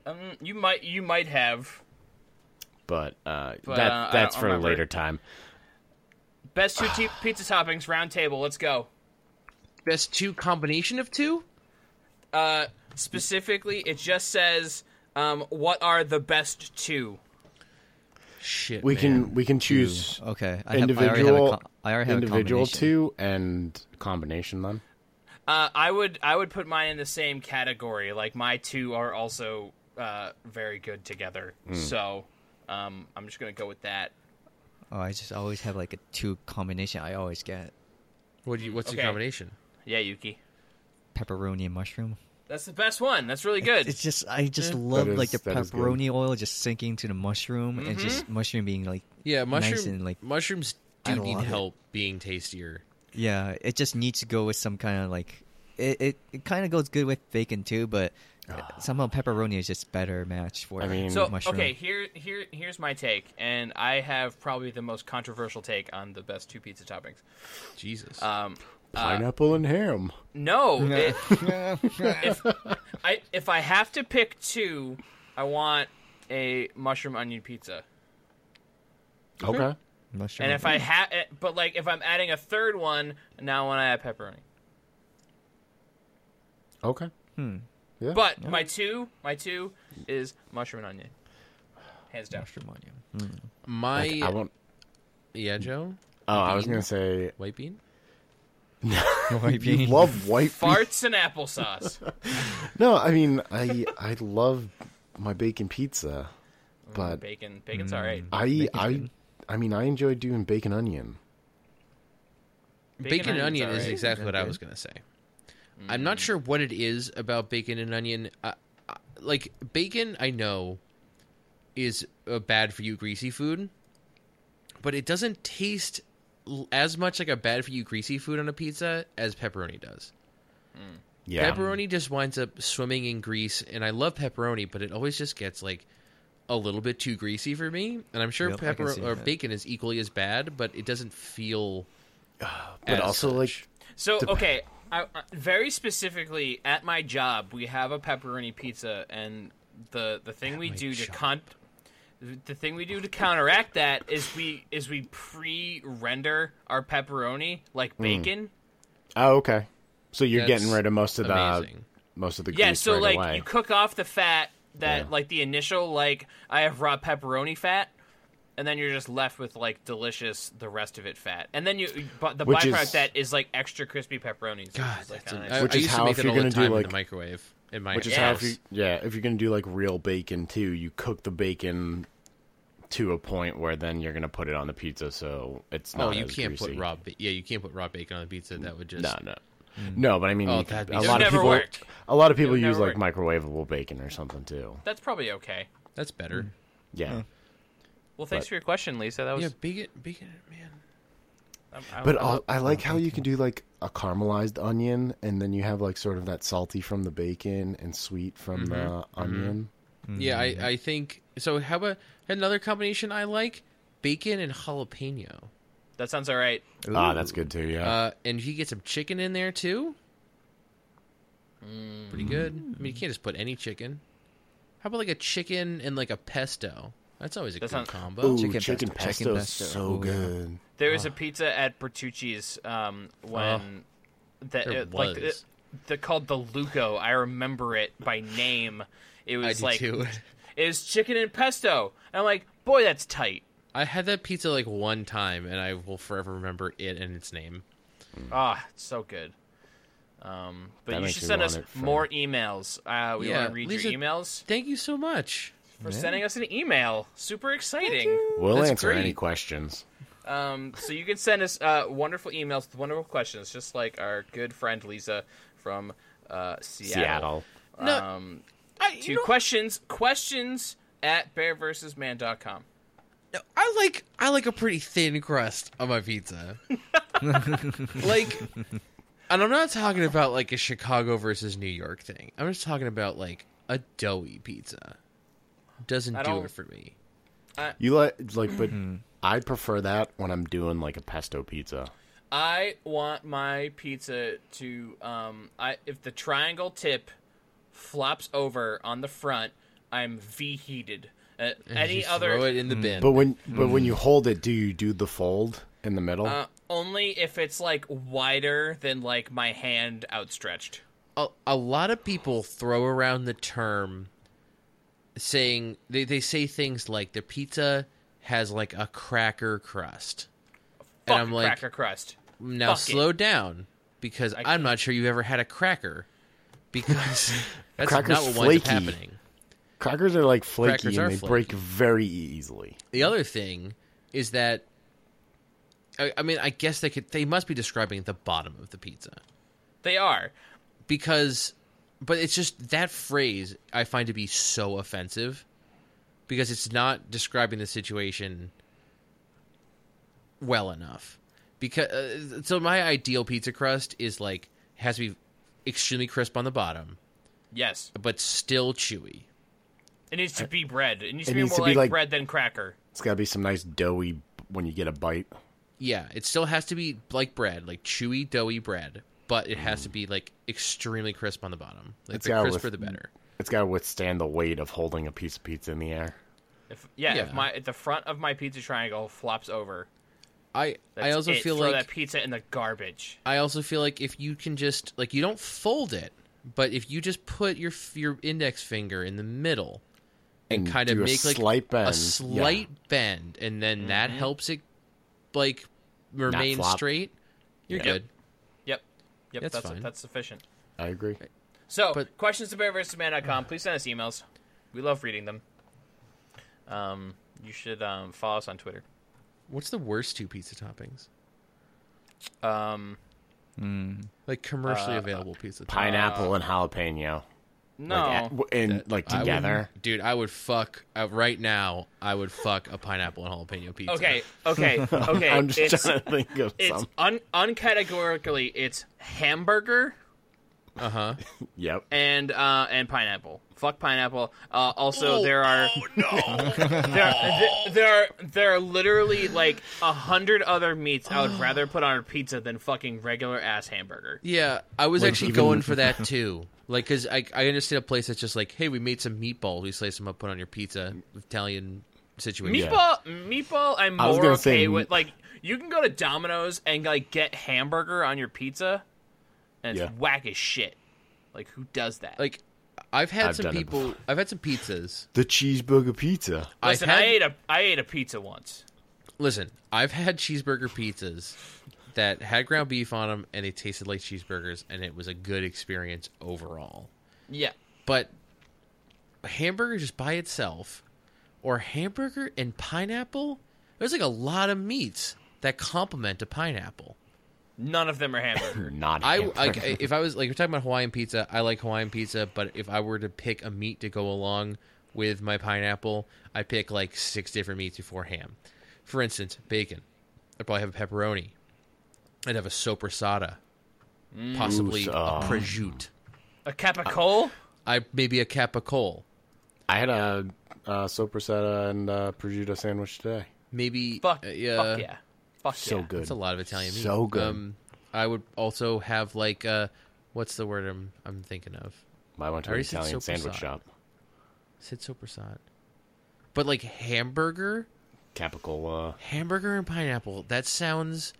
Um, you might you might have but, uh, But, that uh, I don't that's for a remember. later time. best two te- pizza toppings round table. Let's go. Best two combination of two. Uh, specifically, it just says um, what are the best two. Shit. We man. can we can choose Okay. I have- I already have a individual co- I already have individual a combination. two and combination them. Uh, I would I would put mine in the same category. Like my two are also uh, very good together. Hmm. So um, I'm just gonna go with that. Oh, I just always have like a two combination. I always get What do you? What's Okay. your combination? Yeah, Yuki. pepperoni and mushroom. That's the best one. That's really good. It's just I just love is- like the that is good. pepperoni oil just sinking to the mushroom Mm-hmm. and just mushroom being like Yeah, mushroom, nice and like mushrooms I do need love it. help being tastier. yeah. It just needs to go with some kind of like it. It, it kind of goes good with bacon too, but somehow pepperoni is just better match for. Ah. I mean- so mushroom. okay, here here here's my take, and I have probably the most controversial take on the best two pizza toppings. Jesus. Um, Uh, Pineapple and ham. no, it- yeah, I if I have to pick two, I want a mushroom onion pizza. Okay. mushroom. And if I have, but like if I'm adding a third one, now I want to add pepperoni. Okay. But my two, my two is mushroom and onion, hands down. mushroom onion. My I won't. yeah, Joe, Oh, I was gonna say white bean. White you bean. love white Farts and applesauce. No, I mean I I love my bacon pizza, but bacon, bacon's all right. I I I mean I enjoy doing bacon onion. Bacon, and onion's onion all is right. exactly what I was gonna say. I'm not sure what it is about bacon and onion. I, I, like bacon, I know is a bad for you greasy food, but it doesn't taste l- as much like a bad for you greasy food on a pizza as pepperoni does. Yeah. Pepperoni just winds up swimming in grease, and I love pepperoni, but it always just gets like a little bit too greasy for me. And I'm sure Yep, I can pepper see or that. bacon is equally as bad, but it doesn't feel. but as also like So Dep- okay, I, I- very specifically at my job, we have a pepperoni pizza, and the the thing we do to con the thing we do to counteract that is we is we pre-render our pepperoni Hmm. like bacon. oh okay. So you're That's getting rid of most of the amazing. most of the Yeah, grease so right like away. you cook off the fat that Yeah. like the initial like I have raw pepperoni fat. And then you're just left with like delicious the rest of it fat, and then you but the Which byproduct is- that is like extra crispy pepperonis. God, It's, like, that's kinda a- nice. I- Which I is used how to make if that you're all gonna the do, time in like- the microwave in my Which is house. how if you yeah, if you're gonna do like real bacon too, you cook the bacon to a point where then you're gonna put it on the pizza, so it's not. Oh, you as can't put greasy. raw. Ba- yeah, you can't put raw bacon on the pizza. That would just. No, no, no. But I mean, Oh, you that'd could- be a so- lot It of would never people. work. A lot of people It would use never like microwavable bacon or something too. That's probably okay. That's better. Yeah, Well, thanks But- for your question, Lisa. That was um, Yeah, bacon, bacon, man. I'm- I'm- but I'm- al- I like how you can do like a caramelized onion, and then you have like sort of that salty from the bacon and sweet from the onion. Yeah, I, I think so. How about another combination I like? Bacon and jalapeno. that sounds all right. Ah, that's good too. Yeah, Uh, and if you get some chicken in there too, pretty good. I mean, you can't just put any chicken. How about like a chicken and like a pesto? That's always a good sounds- combo. Ooh, chicken chicken, pesto. pesto, Chicken is pesto. so Ooh, yeah. good. There Uh. was a pizza at Bertucci's um, Oh. when that there it- like the- was. they're called the Luco. I remember it by name. It I was do like too. it was chicken and pesto. And I'm like, boy, that's tight. I had that pizza like one time, and I will forever remember it and its name. Ah, it's so good. Um, but That you makes should me send want us it for- more emails. Uh, we Yeah, want to read Lisa- your emails Thank you so much. for sending us an email. Super exciting. We'll That's answer great. any questions. Um, so you can send us uh, wonderful emails with wonderful questions, just like our good friend Lisa from uh, Seattle. Seattle. No, Um, I, you to know, questions, questions at bearversusman.com. No, I like I like a pretty thin crust on my pizza. like and I'm not talking about like a Chicago versus New York thing. I'm just talking about like a doughy pizza. Doesn't I do don't- it for me. You like like, but I prefer that when I'm doing like a pesto pizza. I want my pizza to, um, I if the triangle tip flops over on the front, I'm V-heated. Uh, any You throw other, it in the bin. But when but when you hold it, do you do the fold in the middle? uh, only if it's like wider than like my hand outstretched. a, a lot of people throw around the term saying they, they say things like the pizza has like a cracker crust. Fuck and I'm like cracker crust. now fuck it. slow down because I am not sure you've ever had a cracker because that's Cracker's not what winds up flaky. happening. Crackers are like flaky Crackers are and they flaky. break very easily. The other thing is that I, I mean I guess they could they must be describing the bottom of the pizza They are. because but it's just that phrase I find to be so offensive because it's not describing the situation well enough. Because uh, so my ideal pizza crust is like has to be extremely crisp on the bottom, Yes, but still chewy. it needs to be bread. It needs It to be needs more to be like, like- bread than cracker. It's got to be some nice doughy when you get a bite. Yeah, it still has to be like bread, like chewy, doughy bread, but it Mm. has to be like extremely crisp on the bottom. Like It's the gotta crisper with- the better. It's got to withstand the weight of holding a piece of pizza in the air. If yeah, Yeah. if my if the front of my pizza triangle flops over, I that's I also it. feel Throw like that pizza in the garbage. I also feel like if you can just like you don't fold it, but if you just put your your index finger in the middle and, And kind of do a make like slight a bend, slight bend, and then that helps it like remain flop. straight, you're Yep. good. Yep, yep, That's that's fine. that's sufficient. I agree. So, But- questions to bearversusman.com. Please send us emails. We love reading them. Um, you should um, follow us on Twitter. What's the worst two pizza toppings? Um, Like Uh, commercially available pizza toppings. Pineapple and jalapeno. no, Like, at- w- in, like I would- together. dude, I would fuck uh, right now. I would fuck a pineapple and jalapeno pizza. okay, okay, okay. I'm just it's trying to think of it's some. un- uncategorically it's hamburger Uh huh. Yep. and uh, and pineapple. Fuck pineapple. Uh, also, there are there, th- there are there are literally like a hundred other meats I would rather put on a pizza than fucking regular ass hamburger. Yeah, I was actually even- going for that too. Like, cause I I understand a place that's just like, hey, we made some meatballs, we sliced them up, put on your pizza, Italian situation. Meatball, meatball. I'm I was more gonna okay say with meat- like you can go to Domino's and like get hamburger on your pizza, and it's Yeah. whack as shit. Like who does that? Like, I've had I've some done it people, before. I've had some pizzas. The cheeseburger pizza. listen, I've I had, ate a I ate a pizza once. listen, I've had cheeseburger pizzas that had ground beef on them, and they tasted like cheeseburgers, and it was a good experience overall. Yeah, But hamburger just by itself, or hamburger and pineapple, there's like a lot of meats that complement a pineapple. none of them are hamburger. Not I him. like I- if I was like we're talking about Hawaiian pizza. I like Hawaiian pizza, but if I were to pick a meat to go along with my pineapple, I pick like six different meats before ham. For instance, bacon. I probably have a pepperoni. I'd have a sopressata, Mm. possibly Ooh, a um, prosciutto. a capicola. I maybe a capicole. I had a uh, sopressata and uh, prosciutto sandwich today. Maybe Fuck, uh, yeah. fuck yeah, fuck So yeah. good. That's a lot of Italian meat. So good. Um, I would also have like uh, what's the word I'm I'm thinking of? I went I to an already said Italian sandwich sopressata. shop. Said sopressata. But like hamburger, Capicola. hamburger and pineapple. That sounds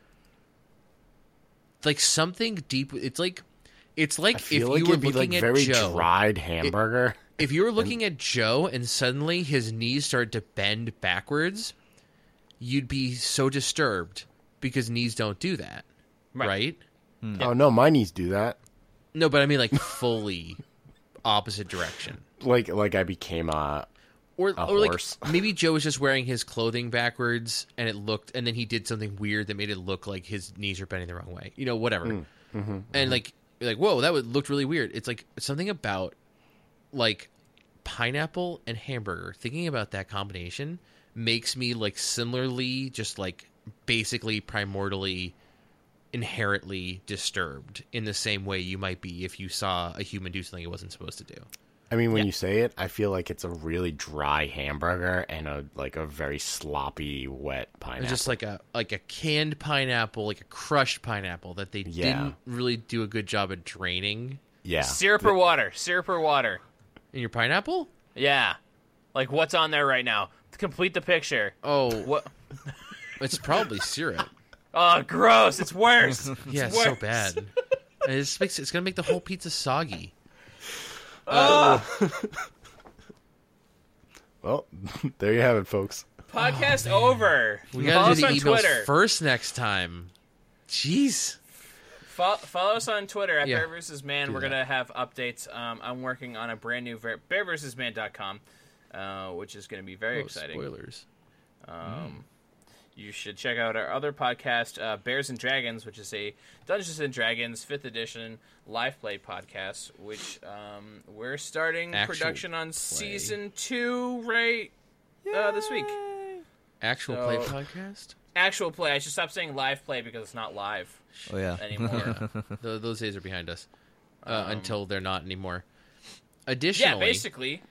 like something deep. It's like it's like I if feel you like were it'd be like looking at very Joe. dried hamburger. If you were looking at Joe and suddenly his knees started to bend backwards, you'd be so disturbed because knees don't do that, Right. right? Oh no, my knees do that. No, but I mean like fully opposite direction. Like like I became a Or, A or like horse. maybe Joe was just wearing his clothing backwards and it looked and then he did something weird that made it look like his knees are bending the wrong way. You know, whatever. Mm. Mm-hmm, and like you're like, whoa, that would looked really weird. It's like something about like pineapple and hamburger, thinking about that combination makes me like similarly just like basically primordially inherently disturbed in the same way you might be if you saw a human do something it wasn't supposed to do. I mean when you say it, I feel like it's a really dry hamburger and a like a very sloppy wet pineapple. It's just like a like a canned pineapple, like a crushed pineapple that they Yeah. didn't really do a good job at draining yeah. Syrup or water? Syrup or water? in your pineapple. Yeah. Like what's on there right now? Complete the picture. Oh, What? it's probably syrup. Oh, gross! It's worse. Yeah, it's so bad. And it just makes it's gonna make the whole pizza soggy. Well, there you have it, folks. Podcast over. We follow gotta do us the on emails Twitter. first next time. Jeez. Fo- follow us on Twitter at Yeah. Bear vs. Man. We're that. gonna have updates. Um, I'm working on a brand new ver- Bear vs. Man.com, uh, which is gonna be very Oh, exciting. Spoilers. you should check out our other podcast, uh, Bears and Dragons, which is a Dungeons and Dragons Fifth Edition live play podcast, which um, we're starting Actual production on play. season two right uh, this week. Actual So- play podcast? Actual play. I should stop saying live play because it's not live. Oh yeah. Anymore. Th- those days are behind us. Uh, until they're not anymore. Um, Yeah, Additionally, basically.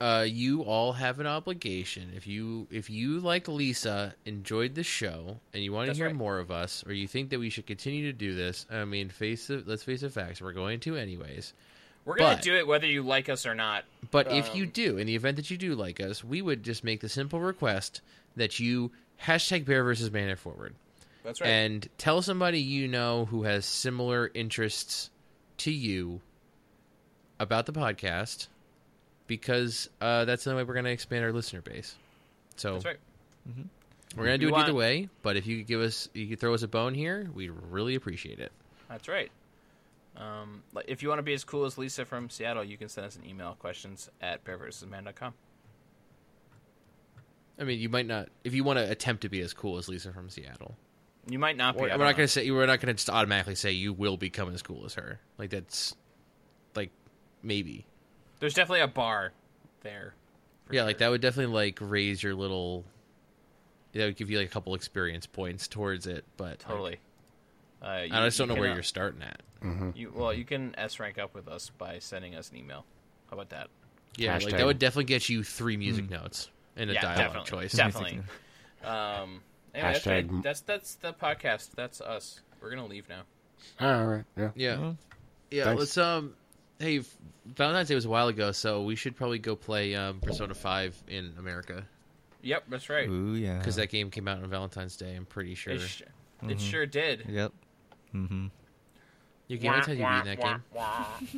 uh, you all have an obligation. If you if you like Lisa, enjoyed the show, and you want to That's hear right. more of us, or you think that we should continue to do this, I mean, face the, let's face the facts. We're going to anyways. We're going to but- do it whether you like us or not. But if Um, you do, in the event that you do like us, we would just make the simple request that you hashtag Bear versus Manor forward That's right. and tell somebody you know who has similar interests to you about the podcast, because uh, that's the only way we're going to expand our listener base. So That's right. we're going to do We it either want- way. But if you could give us, you could throw us a bone here, we'd really appreciate it. That's right. Um, like, if you want to be as cool as Lisa from Seattle, you can send us an email questions at bearversusman.com. I mean, you might not if you want to attempt to be as cool as Lisa from Seattle. You might not be. Or, I we're don't not know. gonna say we're not gonna just automatically say you will become as cool as her. Like that's like maybe. There's definitely a bar there. for yeah, sure. like that would definitely like raise your little. That would give you like a couple experience points towards it, but Totally. Uh, like, I just don't know where can, uh, you're starting at. You, well, you can S rank up with us by sending us an email. How about that? Yeah, like that Hashtag. would definitely get you three music notes and a dialogue definitely. choice. Definitely. um, anyway, that's, Hashtag- right. that's that's the podcast. That's us. We're gonna leave now. All right. Yeah. Yeah, Oh, yeah. Thanks. Let's um. Hey, Valentine's Day was a while ago, so we should probably go play um, Persona Five in America Yep, that's right. Ooh yeah. because that game came out on Valentine's Day. I'm pretty sure. It, sh- it sure did. Yep. Mm-hmm. You can I tell you beat that game. Have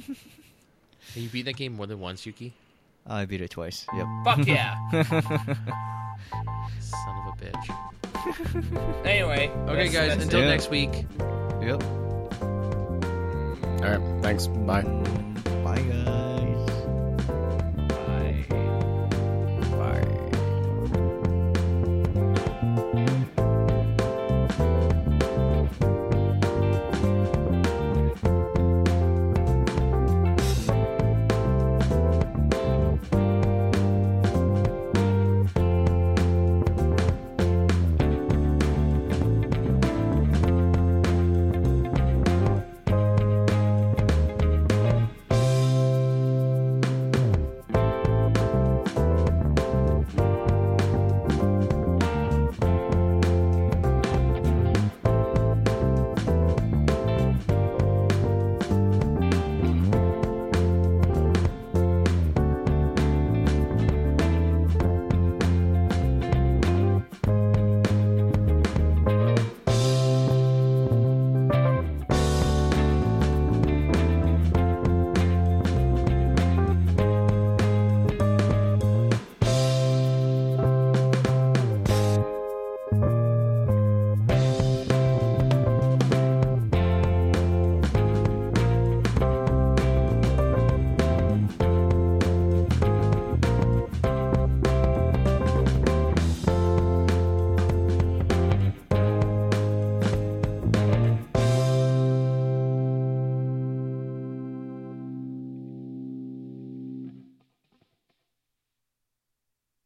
you beat that game more than once, Yuki? I beat it twice. Yep. Fuck yeah. Son of a bitch. anyway. Okay, that's- guys. that's until it. it. next week. Yep. All right. Thanks. Bye. Bye guys.